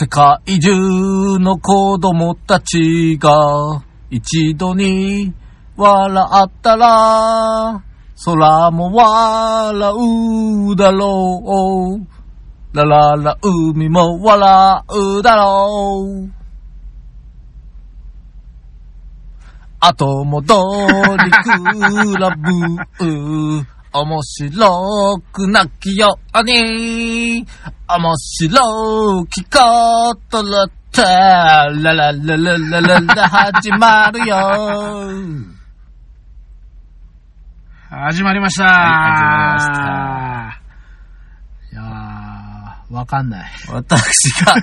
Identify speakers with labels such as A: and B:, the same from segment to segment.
A: 世界中の子供たちが一度に笑ったら空も笑うだろう。ラララ海も笑うだろう。後戻りクラブ。面白くなきように、面白きことらって、ラララララララ始まる よ。
B: 始まりました、
A: はい始
B: 始まりました。いやー、わかんない。
A: 私が、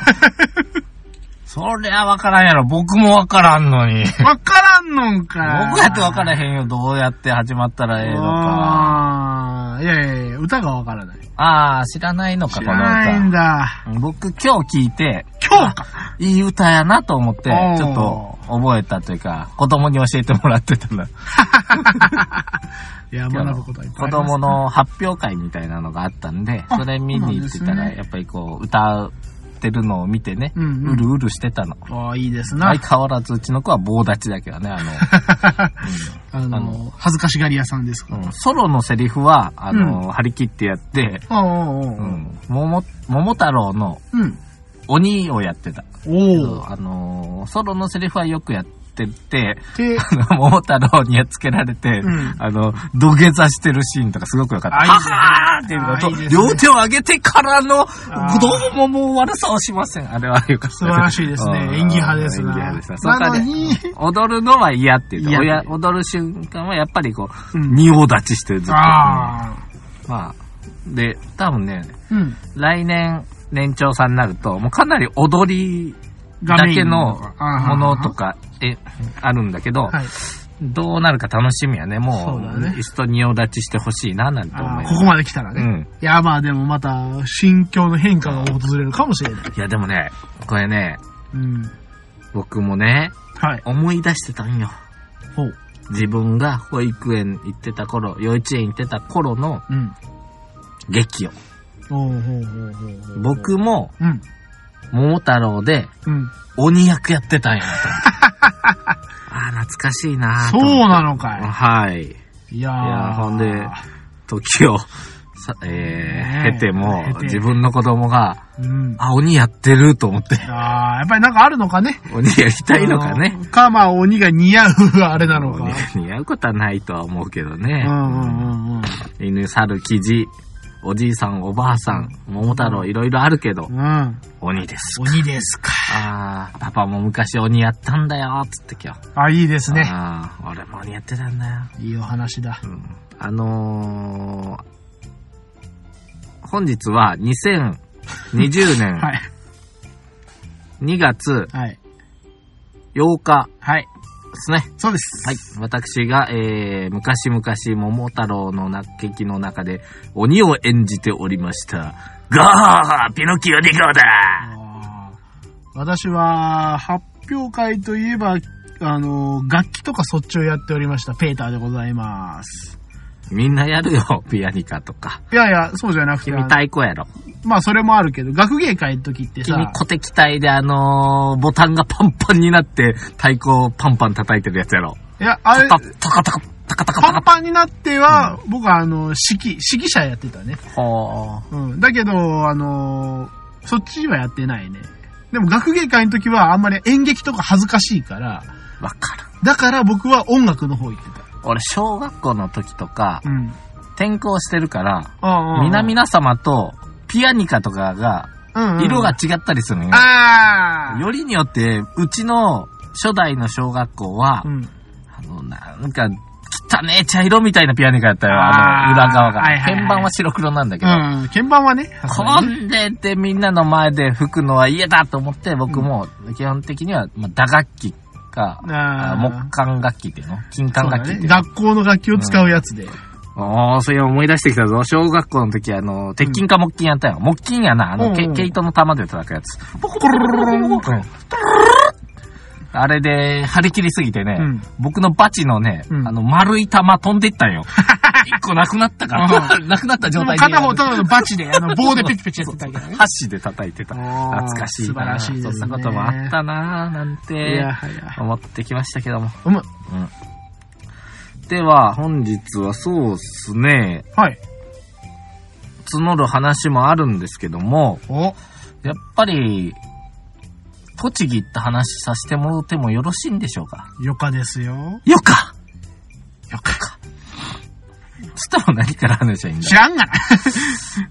A: そりゃわからんやろ。僕もわからんのに。
B: わからんのんか。
A: 僕やってわから
B: ん
A: へんよ。どうやって始まったらええのか。
B: あーいやいやいや、歌がわからない。
A: ああ、知らないのか、
B: 知
A: こ
B: らないん
A: の歌。
B: だ。
A: 僕今日聞いて、
B: 今日か。
A: いい歌やなと思って
B: おー、
A: ちょっと覚えたというか、子供に教えてもらってたの。
B: いや、学ぶことはいっぱ
A: 子
B: いあります
A: 供の発表会みたいなのがあったんで、
B: あ
A: それ見に行ってた
B: そうなん
A: ら、
B: ですね
A: やっぱりこう、歌ってるのを見てね、
B: う
A: うん
B: うん
A: るうるしてたの。
B: あーいいですな。
A: 相変わらずうちの子は棒立ちだけどね、あ の、
B: あの、
A: あの
B: 恥ずかしがり屋さんですか
A: うんソロのセリフは、あの、張り切ってやって、
B: ら。おうおうおう
A: うん桃桃太郎の
B: うん。
A: 鬼をやってた。
B: おお。
A: あの、ソロのセリフはよくやってて、
B: で、
A: あの 桃太郎にやっつけられて、
B: うん
A: あの、土下座してるシーンとかすごくよかった。
B: あいいですね
A: ははーっていうのと
B: あいいですね
A: 両手を上げてからの、
B: ー
A: どうももう悪さをしません。あれはよかった。
B: 素晴らしいですね
A: うん
B: 演技派ですな
A: 演技派ですそ
B: な
A: うか
B: の
A: ね。
B: に、
A: 踊るのは嫌って言って、
B: 嫌
A: おや踊る瞬間はやっぱりこう、
B: うん
A: 仁王立ちしてずっと。ま
B: ああ。
A: あ、で、多分ね、
B: うん。
A: 来年、年長さんになると、もうかなり踊りだけのものとか、え、あるんだけど、
B: はい。
A: どうなるか楽しみやね。も
B: そうだね
A: う、一度仁王立ちしてほしいな、なんて
B: あ
A: 思い
B: ー
A: ま
B: こ
A: す。
B: こまで来たら
A: う
B: ね。
A: ん。
B: いや、まあでもまた、心境の変化が訪れるかもしれない。
A: いや、でもね、これね、
B: うん。
A: 僕もね、
B: はい。
A: 思い出してたんよ。
B: ほう。
A: 自分が保育園行ってた頃、幼稚園行ってた頃の
B: うん。
A: 劇を。
B: ほうほうほうほうほう。
A: 僕も、
B: うん。
A: 桃太郎で、
B: うん。
A: 鬼役やって たんやなと思って。ああ、懐かしいなと
B: そう
A: 思って
B: なのか
A: はい。
B: い。いやー
A: いやほんで時を、さえ
B: ねえ
A: ー、経ても
B: 経、て
A: 自分の子供が、
B: うん。
A: あ、鬼やってると思って。
B: ああ、やっぱりなんかあるのかね。
A: 鬼やりたいのかね
B: あ。の。か、まあ、鬼が似合うあれなのか。
A: 鬼が似合うことはないとは思うけどね
B: う。んうんうんうん。
A: 犬、猿、キジ、おじいさん、おばあさん、桃太郎、いろいろあるけど、
B: うん。
A: 鬼です。
B: 鬼ですか。
A: ああ、パパも昔鬼やったんだよ、つって今日。
B: あ、いいですね。
A: ああ、俺も鬼やってたんだよ。
B: いいお話だ。
A: うん、あのー、本日は2020年
B: はい。
A: 2月
B: はい。
A: 8日
B: はい。
A: ですね。
B: そうです。
A: はい。私が、えー、昔々桃太郎のな劇の中で鬼を演じておりました。ゴーピノキオでゴーだ
B: あー私は、発表会といえば、あの、楽器とかそっちをやっておりました、ペーターでございます。
A: みんなやるよ、 ピアニカとか。
B: いやいや、そうじゃなくて、
A: 君
B: あの
A: 太鼓やろ。
B: まあそれもあるけど、学芸会の時ってさ、
A: 君小敵隊であのー、ボタンがパンパンになって太鼓をパンパン叩いてるやつやろ。
B: いや、あれ、
A: タカタカタカタカタカタ
B: パン
A: カ。
B: パンになっては、僕はあの、指揮、指揮者やってたね。
A: ほー。
B: うん。だけど、あの、そっちはやってないね。でも学芸会の時はあんまり演劇とか恥ずかしいから、
A: わからん。
B: だから僕は音楽の方行って
A: 俺、小学校の時とか
B: た。、うん。
A: 転校してるから、
B: あ
A: 皆々様とピアニカとかが、色が違ったりするのよ。
B: ああ
A: よりによって、うちの初代の小学校は、
B: うん。
A: あの、なんか、汚ねえ茶色みたいなピアニカやったよ、あ
B: あー
A: の、裏側が。
B: はいはいはい
A: 鍵盤は白黒なんだけど。
B: うん。鍵盤はね。
A: 混んでてみんなの前で吹くのは嫌だと思って、僕も基本的には、まあ、打楽器か、
B: あー
A: あ木管楽器っていうの金
B: そ
A: 管
B: うだ
A: 楽器ってい
B: ね。
A: うの
B: 学校の楽器を使うやつで。
A: おー、それ思い出してきたぞ。小学校の時、あの、鉄筋か木筋やったよ。木筋やな、あ
B: うん
A: の、
B: うん
A: け毛糸の玉で叩くやつ。あれで、張り切りすぎてね、
B: うん
A: 僕のバチのね、
B: うん
A: あの、丸い玉飛んでいったんよ。一個なくなったから、なくなった状態で。
B: 片方ただのバチで、あの、棒でピッピチやってたけどね。
A: 箸で叩いてた。
B: あー
A: 懐かしいな。
B: 素晴らしいですね
A: そんなこともあったなぁ、なん
B: い
A: て
B: や、はいや。
A: 思ってきましたけども。
B: うむ。
A: では、本日はそうっすね、
B: はい。
A: 募る話もあるんですけども、
B: お、
A: やっぱり、栃木行った話させてもろてもよろしいんでしょうか
B: よかですよ。
A: よかよかか。つったら何から話はいいんだ
B: 知らんがな。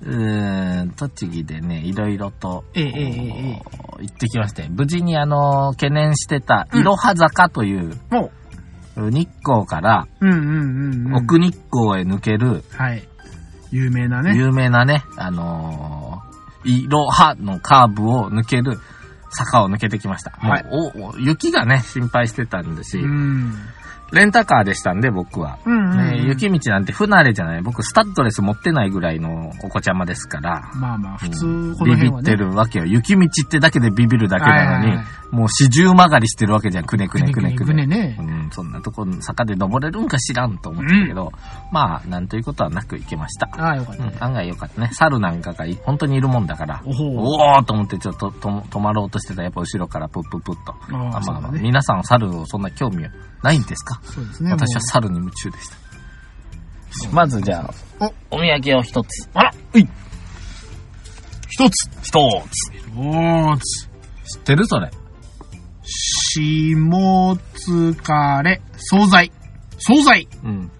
A: うーん、栃木でね、いろいろと、
B: ええええええ
A: 行ってきまして、無事にあの、懸念してた、いろは坂という、
B: も
A: 日光から
B: う、うんうんうん、うん。
A: 奥日光へ抜ける、
B: はい。有名なね。
A: 有名なね、あのー、いろはのカーブを抜ける、坂を抜けてきました。
B: はい
A: もうおお雪がね、心配してたんですし、
B: うん。
A: レンタカーでしたんで、僕は。
B: うん、うん。
A: ね、雪道なんて不慣れじゃない。僕、スタッドレス持ってないぐらいのお子ちゃまですから。
B: まあまあ、普通、この
A: ビビ
B: 辺
A: っ
B: は
A: て
B: ね。
A: るわけよ。雪道ってだけでビビるだけなの
B: はい
A: に
B: はいはい、
A: もう四十曲がりしてるわけじゃん。くねくねくねく
B: く
A: ね。
B: ねね
A: う。ん、そんなとこ、坂で登れるんか知らんと思ってたけど、まあ、なんということはなく行けました。
B: ああ、よかっ
A: う
B: た
A: ん
B: ね。
A: 案外良かったね。猿なんかがい本当にいるもんだから、
B: おほう。
A: おおーと思ってちょっとと止まろうとしてたらやっぱ後ろからプップップッと。
B: あー
A: あ
B: そ
A: まあ
B: う
A: ま
B: だ
A: あ、
B: ね。
A: 皆さん猿をそんな興味はないんですか
B: そうですね。
A: 私は
B: も
A: 猿に夢中でした。まずじゃあ、お土産を一つ。
B: うあら、うい。一つ。
A: 一つ。
B: 一つ。
A: 知ってるそれ。
B: 下疲れ。惣菜。惣菜。
A: うん。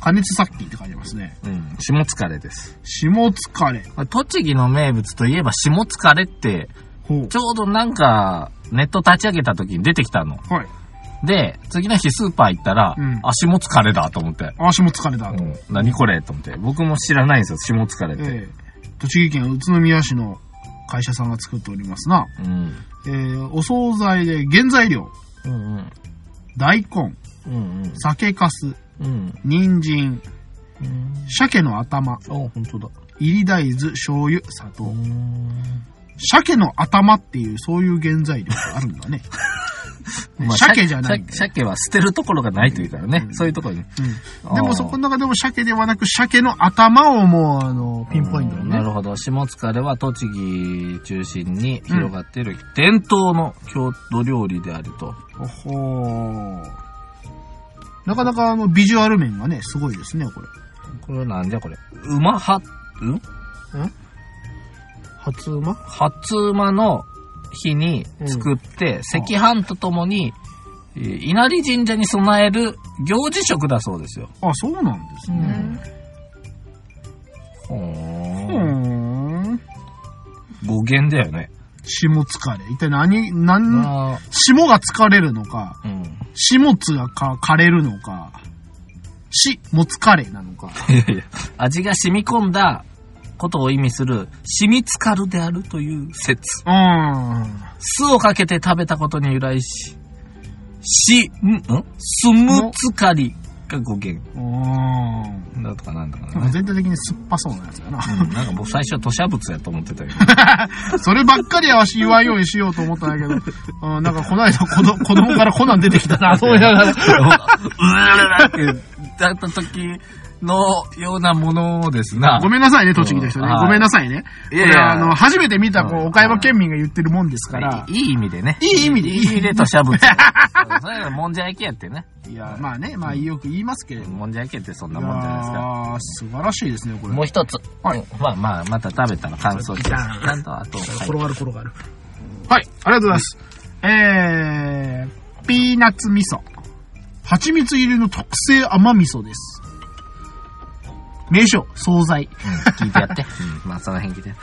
B: 加熱殺菌って書いてますね。
A: うん。下疲れです。
B: 下疲れ。
A: 栃木の名物といえば下疲れって、
B: ほ
A: ちょうどなんか、ネット立ち上げた時に出てきたの。
B: う。はい。
A: で、次の日スーパー行ったら、
B: うん
A: あ、下疲れだと思って。
B: あ、下疲れだと。
A: うん、何これと思って。僕も知らないんですよ、下疲れって。
B: ええ栃木県宇都宮市の会社さんが作っておりますな。
A: うん。
B: えー、お惣菜で原材料、
A: うんうん。
B: 大根、
A: うんうん。
B: 酒粕、
A: うん。
B: 人参、鮭の頭、
A: あ、本当だ。
B: 入り大豆、醤油、砂糖
A: う。ん。
B: 鮭の頭っていう、そういう原材料があるんだね。鮭じゃないんだよ
A: 鮭は捨てるところがないというからね。そういうところに。
B: うん。でもそこの中でも鮭ではなく、鮭の頭をもう、あの、ピンポイント
A: う
B: に
A: ん
B: ね
A: な。るほど。下塚では栃木中心に広がっている伝統の郷土料理であると。
B: おほーなかなかあの、ビジュアル面がね、すごいですね、これ。
A: これなんじゃこれ。馬は、ん
B: 初馬
A: 初馬の日に作って、赤飯とともに、えー稲荷神社に備える行事食だそうですよ。
B: あ、そうなんですね。
A: ほ
B: う
A: ーん。
B: ーん。
A: 語源だよね。
B: 霜疲れ。一体何、何、
A: あ
B: 霜が疲れるのか、
A: ーうん。
B: 霜つがか枯れるのか、しも疲れなのか。
A: いやいや味が染み込んだことを意味する、染みつかるであるという説。
B: うーん。
A: 酢をかけて食べたことに由来し、し、んんすむつかりが語源。
B: うーん。
A: なんとかなんとか
B: なんか
A: な。
B: 全体的に酸っぱそうなやつだな。
A: うん、なんか僕最初は吐砂物やと思ってたけど。
B: そればっかりはわし言わんようにしようと思ったんだけど、 うん、なんかこの間子供子供からコナン出てきたな、と思いながら。
A: うらららって、だった時のようなものですな。
B: ごめんなさいね、栃木の人
A: う
B: ね
A: ん。はい
B: ごめんなさいね。
A: いやいや
B: これはあの、初めて見た、こ
A: う
B: う、
A: ん
B: 岡山県民が言ってるもんですから。
A: いいいい意味でね。
B: いい意味で
A: いい意味で吐砂物。 そうそういうのもんじゃ焼きやってね。
B: いや、まあね、まあよく言いますけれども。
A: もんじゃ焼きやってそんない
B: や
A: もんじゃないですか。
B: ー素晴らしいですね、これ。
A: もう一つ。
B: はい
A: まあまあ、また食べたら感想して。ち
B: じゃあ
A: ゃんと、あと、はい
B: 転がる転がる。はい、ありがとうございます。えー、ピーナッツ味噌。蜂蜜入りの特製甘味噌です。名称、惣菜。
A: 聞いてやって。うんまあ、その辺聞いて。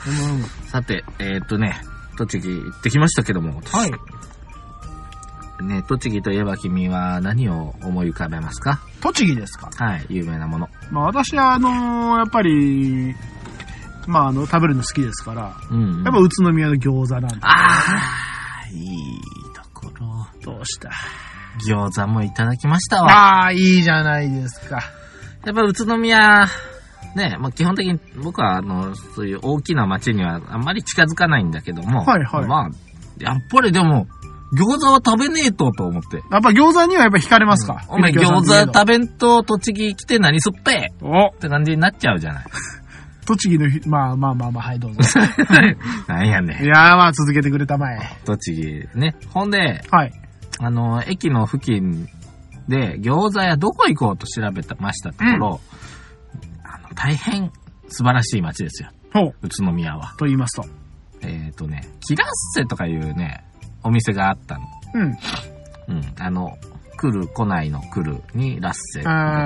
A: さて、えーっとね、栃木行ってきましたけども、
B: はい。
A: ね、栃木といえば君は何を思い浮かべますか
B: 栃木ですか。
A: はい、有名なもの。
B: まあ私は、あのーやっぱり、まああの、食べるの好きですから、
A: うんうん、
B: やっぱ宇都宮の餃子なんで。
A: あー、いいところ。
B: どうした
A: 餃子もいただきましたわ。
B: ああ、いいじゃないですか。
A: やっぱ宇都宮、ね、まあ、基本的に僕は、あの、そういう大きな街にはあんまり近づかないんだけども、
B: はいはい
A: まあ、やっぱりでも、餃子は食べねえとと思って。
B: やっぱ餃子にはやっぱ惹かれますか、
A: お前
B: ピノキオ
A: 餃
B: さん
A: 子食べんと栃木来て何すっぺっ
B: といえば
A: て感じになっちゃうじゃ ない。
B: お栃木のひ、まあまあまあまあ、はい、どうぞ。
A: なんや
B: い
A: ねん。
B: やーまあ続けてくれたまえ。
A: 栃木ね。ほんで、
B: はい。
A: あの、駅の付近で餃子屋どこ行こうと調べましたところ、あの大変素晴らしい街ですよ。
B: ほう。
A: 宇都宮は。
B: と言いますと。
A: えっ、とね、キラッセとかいうね、お店があったの。
B: うん。
A: うん。あの、来る来ないの来るにラッセだった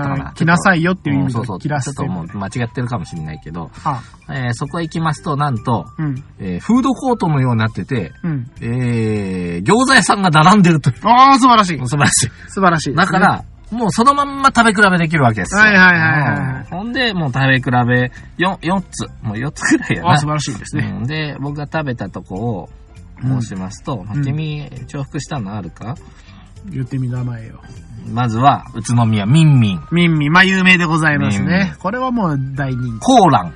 A: か
B: あ
A: な。
B: ー来なさ
A: い
B: いよっていう意味
A: そ
B: で
A: うそう。
B: 切
A: ち
B: ら
A: ょ
B: せ
A: ってと。もう間違ってるかもしれないけど、
B: あ、
A: えーそこへ行きますと、なんと、
B: うん。
A: えーフードコートのようになってて、
B: うん。
A: えー、餃子屋さんが並んでるという。
B: ああ、素晴らしい。
A: 素晴らしい。
B: 素晴らしい。
A: だから、もうそのまんま食べ比べできるわけですよ。
B: はいはいはいはい
A: うんほんで、もう食べ比べ4、4つ。もう4つくらいや
B: あ
A: な
B: あ、素。晴らしいですね。
A: うんで、僕が食べたとこを申しますと、まあ
B: うん
A: 君、重複したのあるか
B: 言ってみ名前を。
A: まずは、宇都宮、ミンミン、
B: ミンミン、まあ有名でございます
A: ミンミ
B: ね。これはもう大人気。
A: コーラン、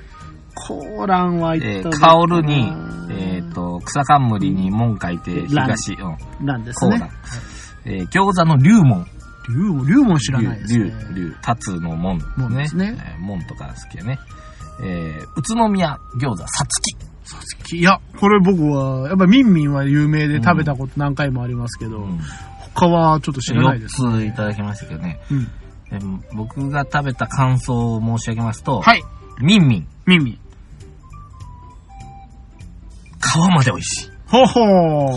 B: コーランは
A: え
B: 言った
A: ー、
B: こと
A: カオルに
B: な、
A: えっ、と、草冠に門書いて、
B: ラン
A: 東、うん、
B: なんです
A: コー
B: ね
A: ラン。。えー、餃子の龍門、
B: 龍も、龍も知らないです
A: 龍
B: ね。、
A: 龍、立つの門
B: 門ですね
A: えー門とか好きやね。えー、宇都宮餃子、さつき。
B: さつきいや、これ僕は、やっぱミンミンは有名で食べたこと何回もありますけど、他はちょっと知らないです。
A: 4ついただきましたけどね。
B: うん。
A: えー僕が食べた感想を申し上げますと、
B: はい、
A: みんみん、
B: ミンミン。
A: 皮まで美味しい。
B: ほほ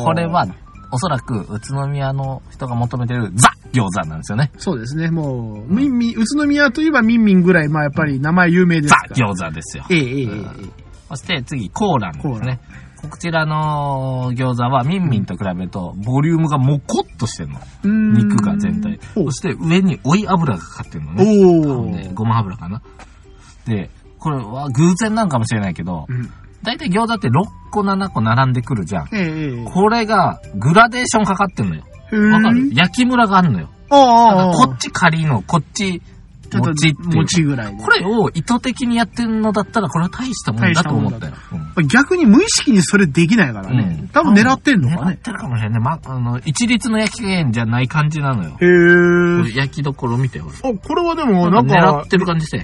B: ー
A: これは、おそらく、宇都宮の人が求めてるザ餃子なんですよね。
B: そうですね、もう、ミンミン、宇都宮といえばミンミンぐらい、まあやっぱり名前有名です
A: ザ
B: から。
A: 餃子ですよ。
B: ええええええ
A: うんそして次、コーランですね。こちらの餃子は、みんみんと比べると、ボリュームがもこっとしてるの。
B: うーん
A: 肉が全体。
B: ほう
A: そして上に追い油がかかってるのね。
B: おお、
A: ねごま油かな。で、これは偶然なんかもしれないけど
B: う、ん。
A: だいたい餃子って6個7個並んでくるじゃん。
B: ええええ
A: これがグラデーションかかってんのよ。
B: ええ。
A: わかる焼きムラがあるのよ。だから
B: ああ、
A: こっちカリの、こっち、
B: ちょっと
A: もちっていう
B: もち
A: か。
B: ぐらいで
A: こ。れを意図的にやってんのだったら、これは大したもんだと思ったよ。うん
B: 逆に無意識にそれできないからね。多分狙ってんのか
A: 狙っ
B: ね。
A: てるかもしれない。ま、あの、一律の焼き加減じゃない感じなのよ。
B: へえ。
A: 焼きどころ見て、ほら。
B: あ、これはでも、
A: な
B: なんん
A: か狙
B: か
A: っ、てる感じして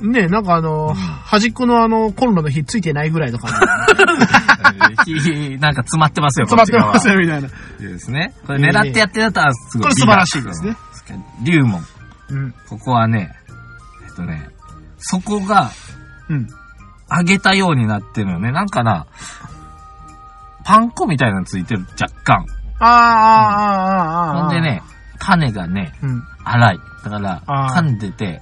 A: へん。
B: ね、なんかあの、端っこのあの、コンロの火ついてないぐらいの感じ。
A: 火なんか詰まってますよ、
B: 詰まって ます
A: よ。
B: よ、みたいな。
A: ですね。これ狙ってやってたら、すごい。
B: これ素晴らしいですね。
A: 龍門。
B: うん。
A: ここはね、えっとね、そこが
B: うん。
A: 揚げたようになってるのね。なんかな、パン粉みたいなのついてる、若干。
B: ああ、ああ、ああ、ああ。
A: ほんで。ね、種がね、
B: うん。
A: 粗い。だから、
B: あー
A: 噛んでて、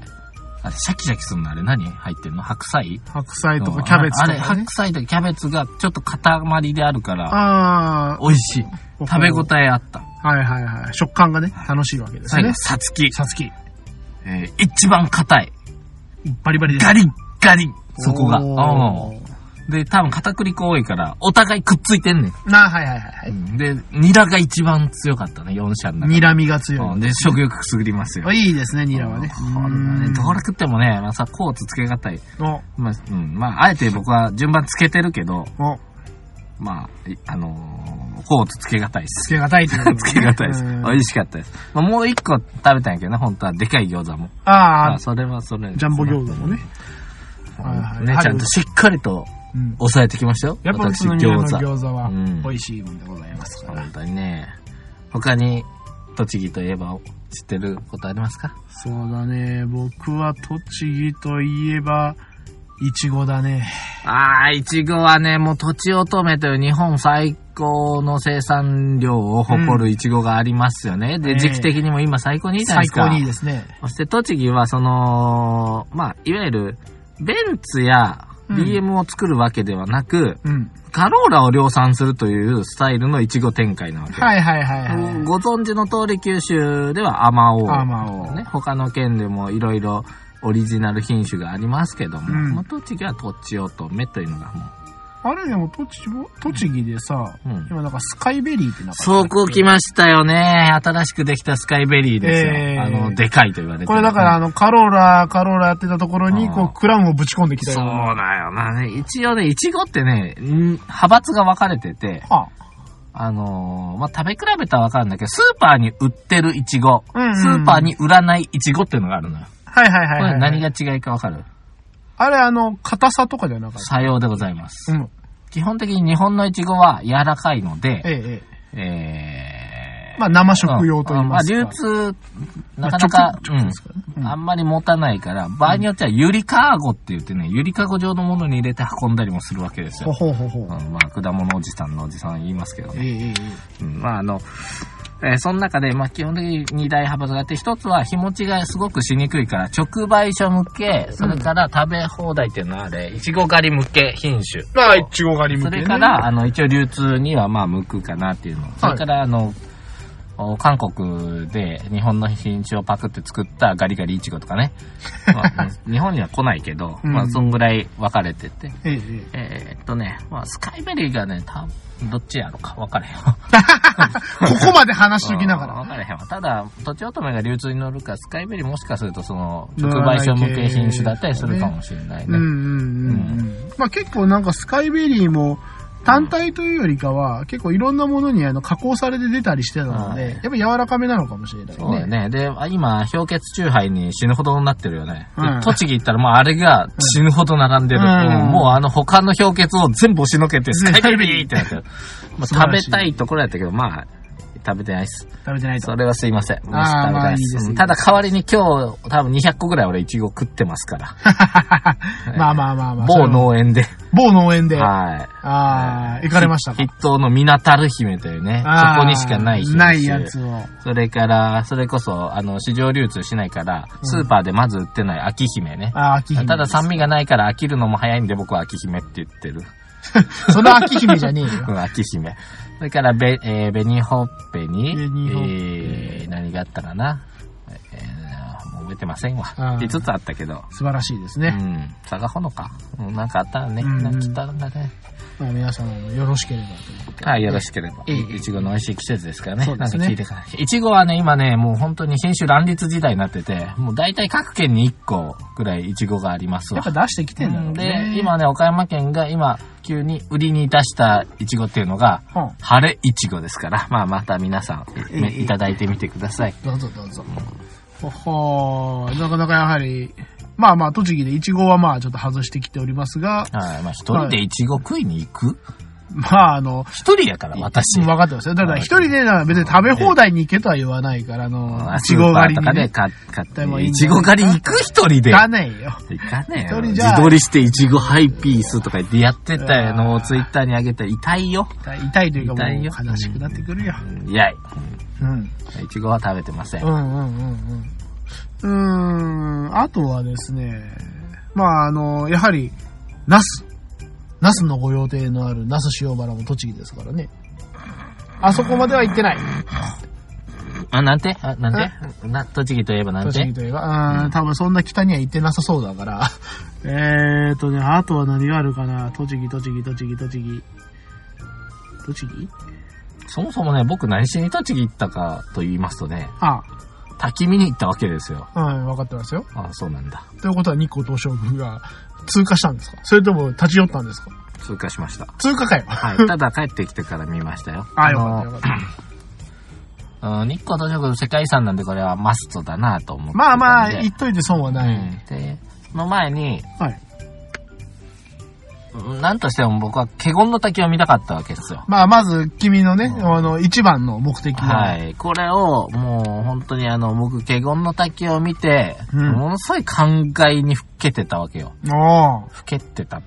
A: あれ、シャキシャキするのあれ何入ってんの白菜
B: 白菜とかキャベツ
A: あ
B: と
A: れ、
B: かね
A: 白。菜とキャベツがちょっと塊であるから、
B: あ
A: 美味しい。
B: あ。
A: 食べ応えあった。
B: え。はいはいはい。食感がね、楽しいわけです
A: 最後
B: ね、。
A: さつき。
B: さつき。
A: えー一番硬い。
B: バリバリです
A: ガ。リッガリッそこが。
B: お
A: う
B: ー
A: んで、多分片栗粉多いから、お互いくっついてんねん。
B: なあ、はいはいはい。
A: で、ニラが一番強かったね、4社の中で。
B: ニラ味が強い。
A: うんで、食欲くすぐりますよ。
B: いいですね、ニラはね。
A: これはね、どれ食ってもね、まあさ、コーツつけがたい。
B: お、
A: まあ、うん、まあ、あえて僕は順番つけてるけど、
B: お、
A: まあ、いあのー、コーツつけがたいで
B: つ
A: す。
B: けがたいってことね
A: つけがたいです。
B: う
A: 美
B: ん
A: 味しかったです。まあ、もう一個食べたんやけどね、本当は。でかい餃子も。ま
B: あ
A: あ、それはそれ。
B: ジャンボ餃子もね
A: うん。
B: はいはい
A: ね、ちゃんとしっかりと
B: あ、うん。
A: 抑えてきましたよ。
B: やっぱ宇
A: 私、
B: 都宮の
A: 餃子。
B: 餃子は
A: うん
B: 美味しいもんでございますから。
A: 本当にね。他に、栃木といえば知ってることありますか
B: そうだね、僕は栃木といえば、いちごだね。
A: ああ、いちごはね、もう土地乙女という日本最高の生産量を誇るいちごがありますよね。
B: え
A: で、
B: え
A: 時期的にも今最高にいいじゃない
B: 最
A: ですか。
B: 高にいいですね。
A: そして栃木はその、まあ、いわゆる、ベンツや
B: うん
A: BM を作るわけではなく、
B: うん。
A: カローラを量産するというスタイルのいちご展開なわけ。
B: はいはいはいはい。
A: ご存知の通り九州ではアマオ
B: アマオ
A: ね、他の県でもいろいろオリジナル品種がありますけども、
B: うん
A: まあ栃木はとちおとめというのがも
B: あれでも栃木も、栃木でさ、
A: う、うん、
B: 今なんかスカイベリーってなかった
A: そうこう来ましたよね。新しくできたスカイベリーですよ。
B: えー
A: あの、でかいと言われてる
B: これだからあの、カローラ、カローラやってたところに、
A: あー
B: こう、クラウンをぶち込んできた
A: そう
B: ような。
A: だよな。ね一応ね、いちごってね、ん派閥が分かれてて、
B: はあ
A: あのーまあ、食べ比べたらわかるんだけど、スーパーに売ってるイチゴ、
B: うんうん
A: スーパーに売らないイチゴっていうのがあるのよ。
B: はいはいはい、
A: こ
B: はい
A: れ何が違いかわかる
B: あれ、あの、硬さとかじゃなかっ
A: さようでございます。
B: た。うん。
A: 基本的に日本のイチゴは柔らかいの
B: ええ
A: で、、
B: え
A: え
B: え。
A: ー、
B: まあ、生食用と言いますか。
A: うんまあ、流通、なかなか、
B: 直接ですからね
A: う
B: うん
A: んあんまり持たないから、場合によってはゆりかーごって言ってね、ゆりかご状のものに入れて運んだりもするわけです
B: ほ
A: よ。
B: ほほほ
A: う。ん、まあ、果物おじさんのおじさん言いますけど
B: え
A: ね。
B: え、ええ、
A: うん、まああの、えーその中で、まあ基本的に二大派閥があって、一つは日持ちがすごくしにくいから、直売所向け、それから食べ放題っていうのはあれ、いちご狩り向け品種。
B: まあ、いちご狩り
A: そ
B: 向け、ね。
A: れから、あの、一応流通にはまあ向くかなっていうの。それから、あの、お韓国で日本の品種をパクって作ったガリガリイチゴとか ね。まあうん日本には来ないけど、
B: うん
A: まあそんぐらい分かれてて。
B: ええ、え
A: えーっとね、まあスカイベリーがね、たどっちやろか分かれへんわ。
B: え。ここまで話しときなが
A: うん
B: ら。
A: わかれへんわ。ただ、とちおとめが流通に乗るか、スカイベリーもしかすると、その、直売所向け品種だったりするかもしれない
B: うん
A: ね。
B: うんうんうん。まあ、結構なんかスカイベリーも、単体というよりかは、結構いろんなものにあの加工されて出たりしてたので、
A: はい
B: やっぱ柔らかめなのかもしれない
A: そうだよ
B: ね。
A: ね。で、あ今、氷結酎ハイに死ぬほどなってるよね。で
B: うん
A: 栃木行ったらもうあれが死ぬほど並んでる。
B: うん
A: うんもうあの他の氷結を全部押しのけて、スカイベリーってな ってる。まあ
B: 素晴
A: 食
B: ら
A: べ
B: しい
A: たいところやったけど、まあ、食べてないっす。
B: 食べてないと
A: そ。れはすいません。もう
B: あー
A: 食べてないっ
B: まあいいです
A: す。
B: よ
A: うんただ代わりに今日、多分200個ぐらい俺イチゴ食ってます から。
B: まあまあまあまあ。
A: 某農園で。
B: 某農園で、あ
A: はい。
B: あー、行かれましたか
A: 筆頭のミナタル姫というね、
B: あー
A: そこにしかない品種
B: ないやつを。
A: それから、それこそ、あの、市場流通しないから、スーパーでまず売ってない秋姫ね。
B: あー秋姫。
A: ただ酸味がないから飽きるのも早いんで僕は秋姫って言ってる。
B: その秋姫じゃねえよ
A: う。ん、秋姫。それから、べ、えー、紅ほっぺに、
B: 紅ほっぺ
A: えー、何があったかな。えー、もう覚えてませんわ
B: あ。ー
A: 5つあったけど。
B: 素晴らしいです
A: う
B: ね。
A: ん。佐賀ほのか。うん、なんかあったらね。
B: うんうん
A: なんかきっとあるんだね。
B: まあ皆さんよろしければと。
A: はい、よろしければ。
B: ええ
A: いちごの美味しい季節ですからね。
B: そうで
A: なん
B: す
A: か
B: ね
A: 聞いてから。いちごはね、今ね、もう本当に品種乱立時代になってて、もう大体各県に1個ぐらいいちごがあります
B: や
A: わ
B: っ。ぱ出してきてんだろうね。
A: で、今ね、岡山県が今、急に売りに出したいちごっていうのが、
B: うん。
A: 晴れいちごですから、まあまた皆さん、
B: え
A: ね
B: ええ
A: いただいてみてください。
B: どうぞどうぞ。ほほー、なかなかやはり、まあまあ栃木でイチゴはまあちょっと外してきておりますが、
A: はい、まあ一人でいちご食いに行く
B: まああの、
A: 一人やから、私。
B: 分かってますよ。だから一人でな別に食べ放題に行けとは言わないから、あの、イチゴ狩り
A: スーパ
B: に、
A: ー
B: ね
A: と。かで買買っ
B: でもい
A: て、
B: い
A: い
B: んじ
A: ち
B: ゃない
A: ご狩りに行く一人で。
B: 行かねえよ。
A: いかねえよ。
B: 一人
A: 自
B: じゃ
A: 撮りしていちごハイピースとか言ってやってたのをツイッターに上げて痛いよ。
B: 痛いというかも
A: 痛
B: う
A: いよ
B: 悲しくなってくるよ。
A: いやい。
B: うん。
A: いちごは食べてません。
B: うんうんうんうん。うーん、あとはですね、まああの、やはり、ナス。ナスのご予定のあるナス塩原も栃木ですからね。あそこまでは行ってない。
A: あ、なんてあ、なんてな、栃木といえばなん
B: 栃
A: て
B: 木といえば。うん、多分そんな北には行ってなさそうだから。 えーとね、あとは何があるかな。栃木、栃木、栃木、栃木。栃木
A: そもそもね、僕何しに栃木行ったかと言いますとね、
B: あ
A: 滝見に行ったわけですよ。
B: うん、分かってますよ。
A: あ、そうなんだ。
B: ということは日光東照宮が通過したんですかそれとも立ち寄ったんですか
A: 通過しました。
B: 通過かよ。
A: はい。ただ帰ってきてから見ましたよ。
B: あ、よか
A: の
B: ったよかった。
A: うん日光東照宮世界遺産なんでこれはマストだなと思って
B: ま
A: た
B: あ
A: んで。
B: まあ、言っといて損は
A: う
B: ない。
A: ん。で、その前に、
B: はい。
A: なんとしても僕は華厳の滝を見たかったわけですよ。
B: まあ、まず、君のね、
A: うん
B: あの、一番の目的は、
A: はい。これを、もう本当にあの、僕、華厳の滝を見て、
B: うん
A: ものすごい感慨にふけてたわけよ。
B: お
A: ふけってたわ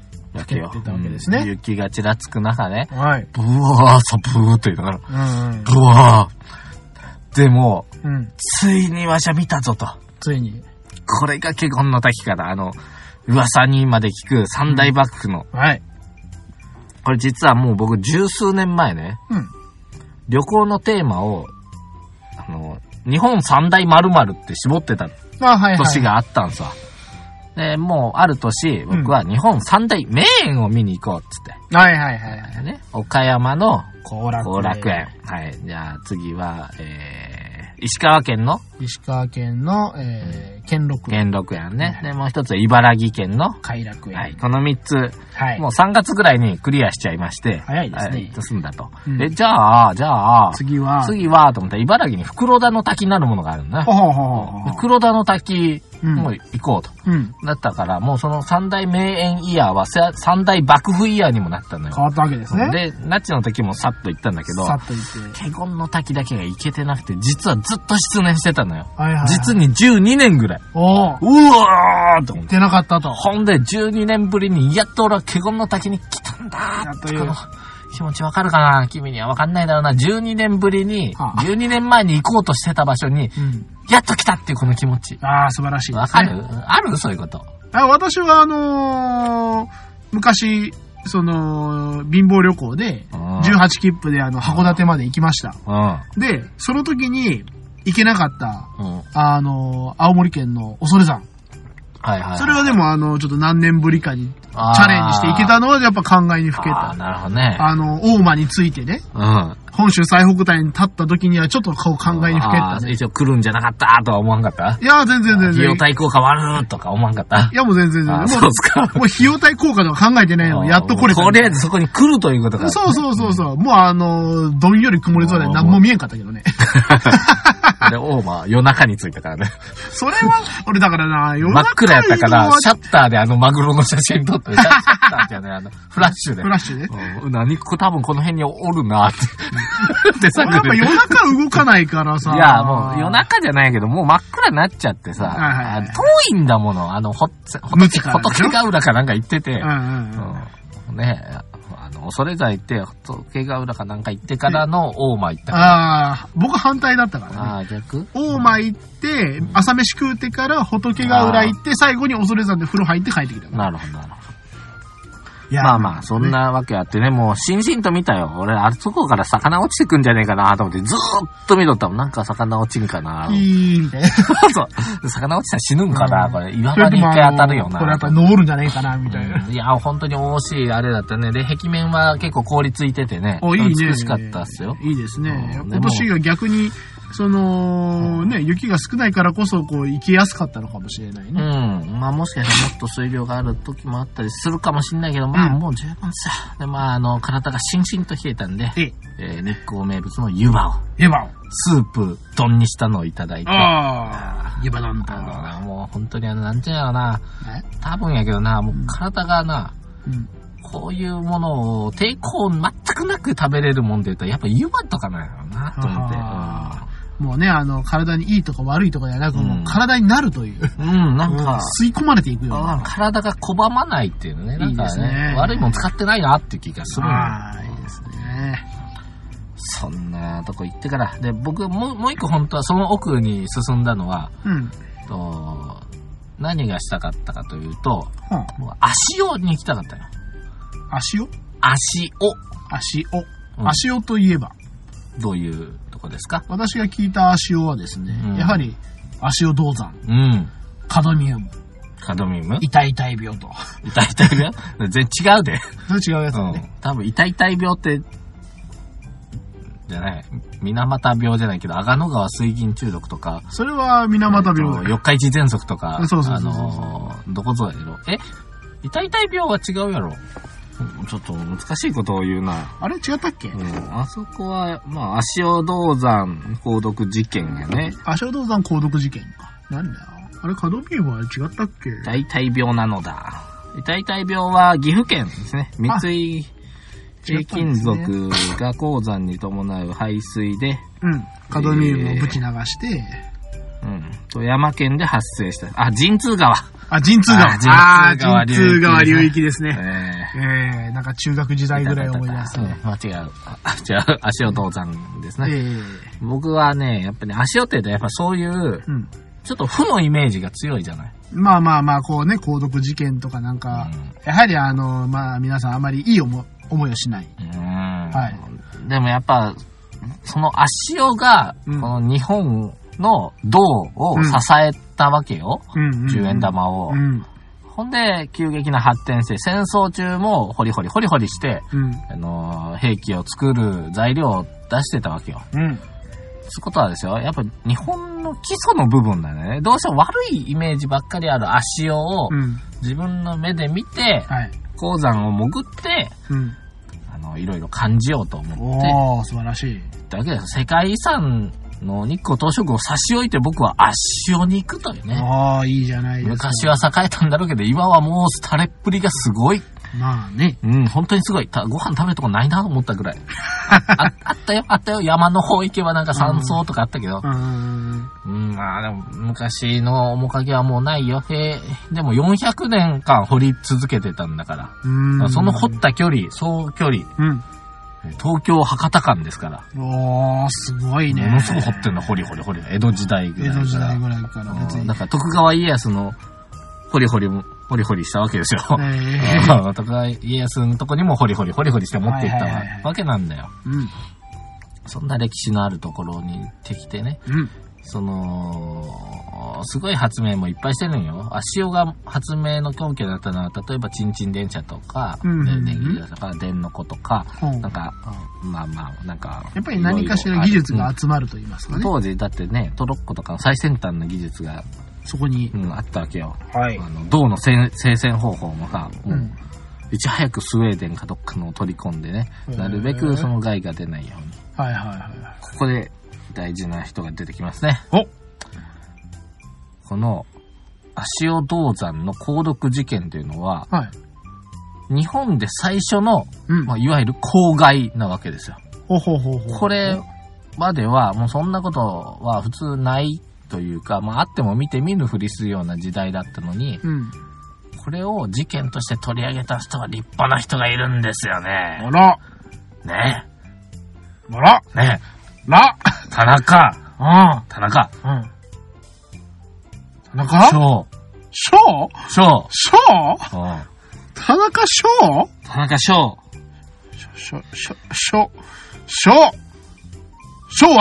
A: けよ。
B: ふけてたわけですね
A: うん雪がちらつく中ね、
B: ーはい。
A: ブワーさ、ブーって言いながら、
B: うん
A: ブワー。でも、
B: うん。うん。
A: ついにわしゃ見たぞと。
B: ついに。
A: これが華厳の滝から、あの、噂にまで聞く三大幕府の、
B: はい。
A: これ実はもう僕十数年前ね、
B: うん。
A: 旅行のテーマを、あの、日本三大〇〇って絞ってた
B: まあ、はい、はい。
A: 年。があったんさ。で、もうある年、僕は日本三大名園を見に行こうっつって。
B: はいはいはいはい。
A: ね、岡山の
B: 後楽
A: 後楽園。はい。じゃあ次は、えー、石川県の
B: 石川県の、えー、兼六園、
A: 元禄園ね。で、もう一つは茨城県の。
B: 偕楽園。
A: はい。この三つ、
B: はい
A: もう3月ぐらいにクリアしちゃいまして。
B: 早いですね
A: はい進んだと。
B: うん
A: え、じゃあ、じゃあ、
B: 次は、
A: 次は、と思ったら茨城に袋田の滝なるものがあるんだ
B: ほ
A: な。
B: ほほほほほ。
A: 袋田の滝、
B: うん
A: もう行こうと。
B: うん。
A: だったから、もうその三大名園イヤーはさ三大幕府イヤーにもなったの
B: 変
A: よ。
B: わったわけですね。
A: で、ナッチの時もさっと行ったんだけど
B: さ、っと言って。
A: 華厳の滝だけが行けてなくて、実はずっと失念してたのよ。
B: はいはいはい。
A: 実に12年ぐらい。
B: おー
A: うわーと思って。
B: 出なかったと。
A: ほんで、12年ぶりに、やっと俺は華厳の滝に来たんだ
B: やっ
A: ー
B: と
A: と
B: いう
A: この気持ちわかるかな君にはわかんないだろうな。12年ぶりに、
B: はあ
A: 12年前に行こうとしてた場所に、
B: うん。
A: やっと来たっていうこの気持ち。
B: ああ、素晴らしいですね。
A: わかるあるそういうこと。
B: あ私は、あのー昔、その、貧乏旅行で、
A: うん
B: 18切符で、あの、函館まで行きました。
A: うん。
B: で、その時に、行けなかった、
A: うん。
B: あのー青森県の恐山。
A: はいはい。
B: それはでも、あの、ちょっと何年ぶりかに、チ
A: あー
B: ャレンジして行けたのは、やっぱ感慨にふけ
A: あ
B: た
A: ー。なるほどね。
B: あの、大間についてね、
A: うん。
B: 本州最北端に立った時には、ちょっと顔考えにふけた
A: あー
B: ね。
A: 一応来るんじゃなかったとは思わんかった
B: いやー、全然全
A: 費
B: 然
A: 用。対効果悪ーとか思わんかった
B: いや、もう全然全然。
A: あ
B: も
A: ーそうですか。
B: う、もう費用対効果とか考えてないの。やっとこれた
A: とりあえずそこに来るということか。
B: そうそうそうそう。もうあのー、どんより曇り空で何も見えんかったけどね。
A: で、オーマー夜中に着いたからね。
B: それは、俺だからな、夜
A: 真っ暗やったから、シ
B: ャッ
A: ャッターであのマグロの写真 撮って、シャッターじゃない、あの、フラッシュで。
B: フラッシュね。
A: うん、何こ多分この辺におるなって。で、
B: 俺やっぱ夜中動かないからさ。
A: いや、もう夜中じゃないけど、もう真っ暗になっちゃってさ、
B: はいはいはい
A: あ遠いんだもの、あの、ほっつ、ほ
B: 無
A: とけ、
B: 知から
A: ほ
B: で
A: と
B: し
A: け
B: ょ
A: が浦かなんか行ってて、
B: うんうんうん。
A: うんねあの、恐れがいて、ほとけが浦かなんか行ってからの大間行った。
B: ああ、僕反対だったからね。
A: ああ、逆
B: 大間行って、朝飯食うてから仏ヶ浦行って、最後に恐山で風呂入って帰ってきたから。
A: なるほど、なるほど。
B: いや
A: まあまあ、そん。なわけあってね、もう、しんしんと見たよ。俺、あそこから魚落ちてくんじゃねえかなと思って、ずーっと見とったもん。なんか魚落ちんかな
B: ピーみたいな。
A: そう。で魚落ちたら死ぬんかな、
B: うん
A: これ、岩場に一回当たるよな。
B: これやっぱ治るんじゃねえかな、みたいな。
A: うんいや、本当に惜しいあれだったね。で、壁面は結構凍りついててね。
B: お、いいね。
A: 美しかったっすよ。
B: いいですね。
A: うん
B: 今年が逆に、その、ね、雪が少ないからこそ、こう、行きやすかったのかもしれない
A: うん
B: ね。。
A: まあもしかしたらもっと水量がある時もあったりするかもしんないけど、まあ
B: うん
A: もう十分さ。で、まああの、体がしんしんと冷えたんで、
B: え、
A: えー日光名物の湯葉を、
B: エヴァを。
A: スープ丼にしたのをいただいて、
B: ああ、エヴァなん
A: あの
B: だ。
A: な、もう本当にあの、なんていうのな、多分やけどな、もう体がな、
B: うん
A: こういうものを抵抗全くなく食べれるもんで言うと、やっぱ湯葉とかなんやろうな、と思って。
B: あもうね、あの、体にいいとか悪いとかじゃなく、
A: うん
B: もう体になるという。
A: うん、なんか、
B: 吸い込まれていくよう
A: あ
B: な。
A: 体が拒まないっていうね、なん
B: いいで
A: か
B: す
A: ね、
B: ね
A: 悪いもん使ってないなっていう気がするんよ
B: ああ、いいですね。
A: そんなとこ行ってから。で、僕、もう、もう一個本当はその奥に進んだのは、
B: うん。
A: と何がしたかったかというと、
B: ほん
A: もう足をに行きたかったよ。
B: 足を
A: 足を。
B: 足
A: うん
B: を。足をといえば、
A: どういうとこですか
B: 私が聞いた足をはですね、
A: うん
B: やはり、足を銅山、
A: うん。
B: カドミウム、
A: カドミウム
B: 痛い痛い病と。
A: 痛い痛い 病全然違うで。
B: それ 違うやつ
A: う
B: だね。
A: ん。多分痛い痛い病って、じゃない。水俣病じゃないけど、阿賀野川水銀中毒とか、
B: それは水俣病だよ。
A: 4日市喘息とか、
B: そうそうそうそう
A: あのーどこぞやろ。え痛い痛い病は違うやろ。うんちょっと難しいことを言うな。
B: あれ違ったっけ、
A: うん、あそこは、まあ、足尾銅山鉱毒事件やね。
B: アシャドウ山鉱毒事件か。なんだよ。あれ、カドミウムは違ったっけ
A: 痛い痛い病なのだ。痛い痛い病は岐阜県ですね。
B: あ
A: 三井平金属が鉱山に伴う排水で、
B: うん。カドミウムをぶち流して、
A: うん、富山県で発生した。あ、神通川。
B: あ、陣痛川。
A: あ神通川
B: あー陣痛川流域です
A: え
B: ね。
A: ー
B: ええなんか中学時代ぐらい思い出すね。
A: うん間違う。あ違う。足尾銅山ですね。
B: え
A: 僕はね、やっぱり足尾って言うとやっぱそういう
B: え、うん。
A: ちょっと負のイメージが強いじゃない。
B: まあまあまあ、こうね、鉱毒事件とかなんか、やはりあの、まあ皆さんあまりいい思い思いをしない。
A: うん。
B: はい
A: でもやっぱ、その足尾が、
B: うん
A: この日本の銅を支えたわけよ。
B: うんうん、うん。
A: 10円。玉を。
B: うん。
A: ほんで、急激な発展して、戦争中もホリホリホリホリして、
B: うん。
A: あのー兵器を作る材料を出してたわけよ。
B: うん。
A: つうことはですよ、やっぱ日本の基礎の部分だね。どうしても悪いイメージばっかりある足尾を
B: うん。
A: 自分の目で見て、
B: はい。
A: 鉱山を潜って、
B: うん。
A: あの、いろいろ感じようと思って
B: おー、素晴らしい。
A: だけど、世界遺産の日光東照宮を差し置いて僕は圧勝に行くというね。
B: ああ、いいじゃないですか。
A: 昔は栄えたんだろうけど、今はもう廃れっぷりがすごい。
B: まあね。
A: うん、本当にすごい。たご飯食べるとこないなと思ったぐらい。あああったよ、あったよ。山の方行けばなんか山荘とかあったけど
B: う。ーん。
A: うん、まあでも昔の面影はもうないよ。へえでも400年間掘り続けてたんだから。
B: うーん。
A: その掘った距離、総距離、
B: うん。
A: 東京博多間ですから。
B: おー、すごいね。
A: ものすごい掘ってんの、掘り掘り掘り。江戸時代ぐらい
B: 江
A: か
B: 戸時
A: ら
B: 代。ぐらいから別
A: うん
B: に
A: だ。から徳川家康の、ホリホリも、ホリホリしたわけですよ。
B: え ー
A: うん徳川家康のとこにもホリホリ、ホリホリして持っていった
B: はいはいはい
A: わけなんだよ。
B: うん。
A: そんな歴史のあるところに行ってきてね、
B: うん。
A: その、すごい発明もいっぱいしてるんよ。足尾が発明の根拠だったのは、例えば、ちんちん電車とか、
B: うんうんうん
A: 電気とか、電の子とか、
B: ほう
A: なんか、まあまあ、なんか、
B: やっぱり何かしら技術が集まると言いますかね。
A: 当時、だってね、トロッコとかの最先端の技術が、
B: そこに
A: う。ん、あったわけよ。
B: は
A: あの銅の生生鮮方法もさ、もう
B: うん
A: いち早くスウェーデンかどっかのを取り込んでね、
B: へー
A: なるべくその害が出ないように。
B: はいはいは
A: ここで大事な人が出てきますね。
B: い。
A: この、足尾銅山の鉱毒事件というのは、
B: おはい。
A: 日本で最初の、
B: うん。
A: まあ、いわゆる公害なわけですよ。
B: ほうほうほうほう。
A: これまでは、もうそんなことは普通ないというか、まああっても見て見ぬふりするような時代だったのに、
B: うん。
A: これを事件として取り上げた人は立派な人がいるんですよね
B: あ。ら、
A: ね
B: あら、
A: え、ね
B: ら、
A: え、田中、
B: あ
A: 田中、
B: あ、うん。田中
A: 翔、
B: 翔
A: 翔、
B: 翔
A: うん
B: 田中翔
A: 田中翔、
B: 翔、翔、翔、翔、翔安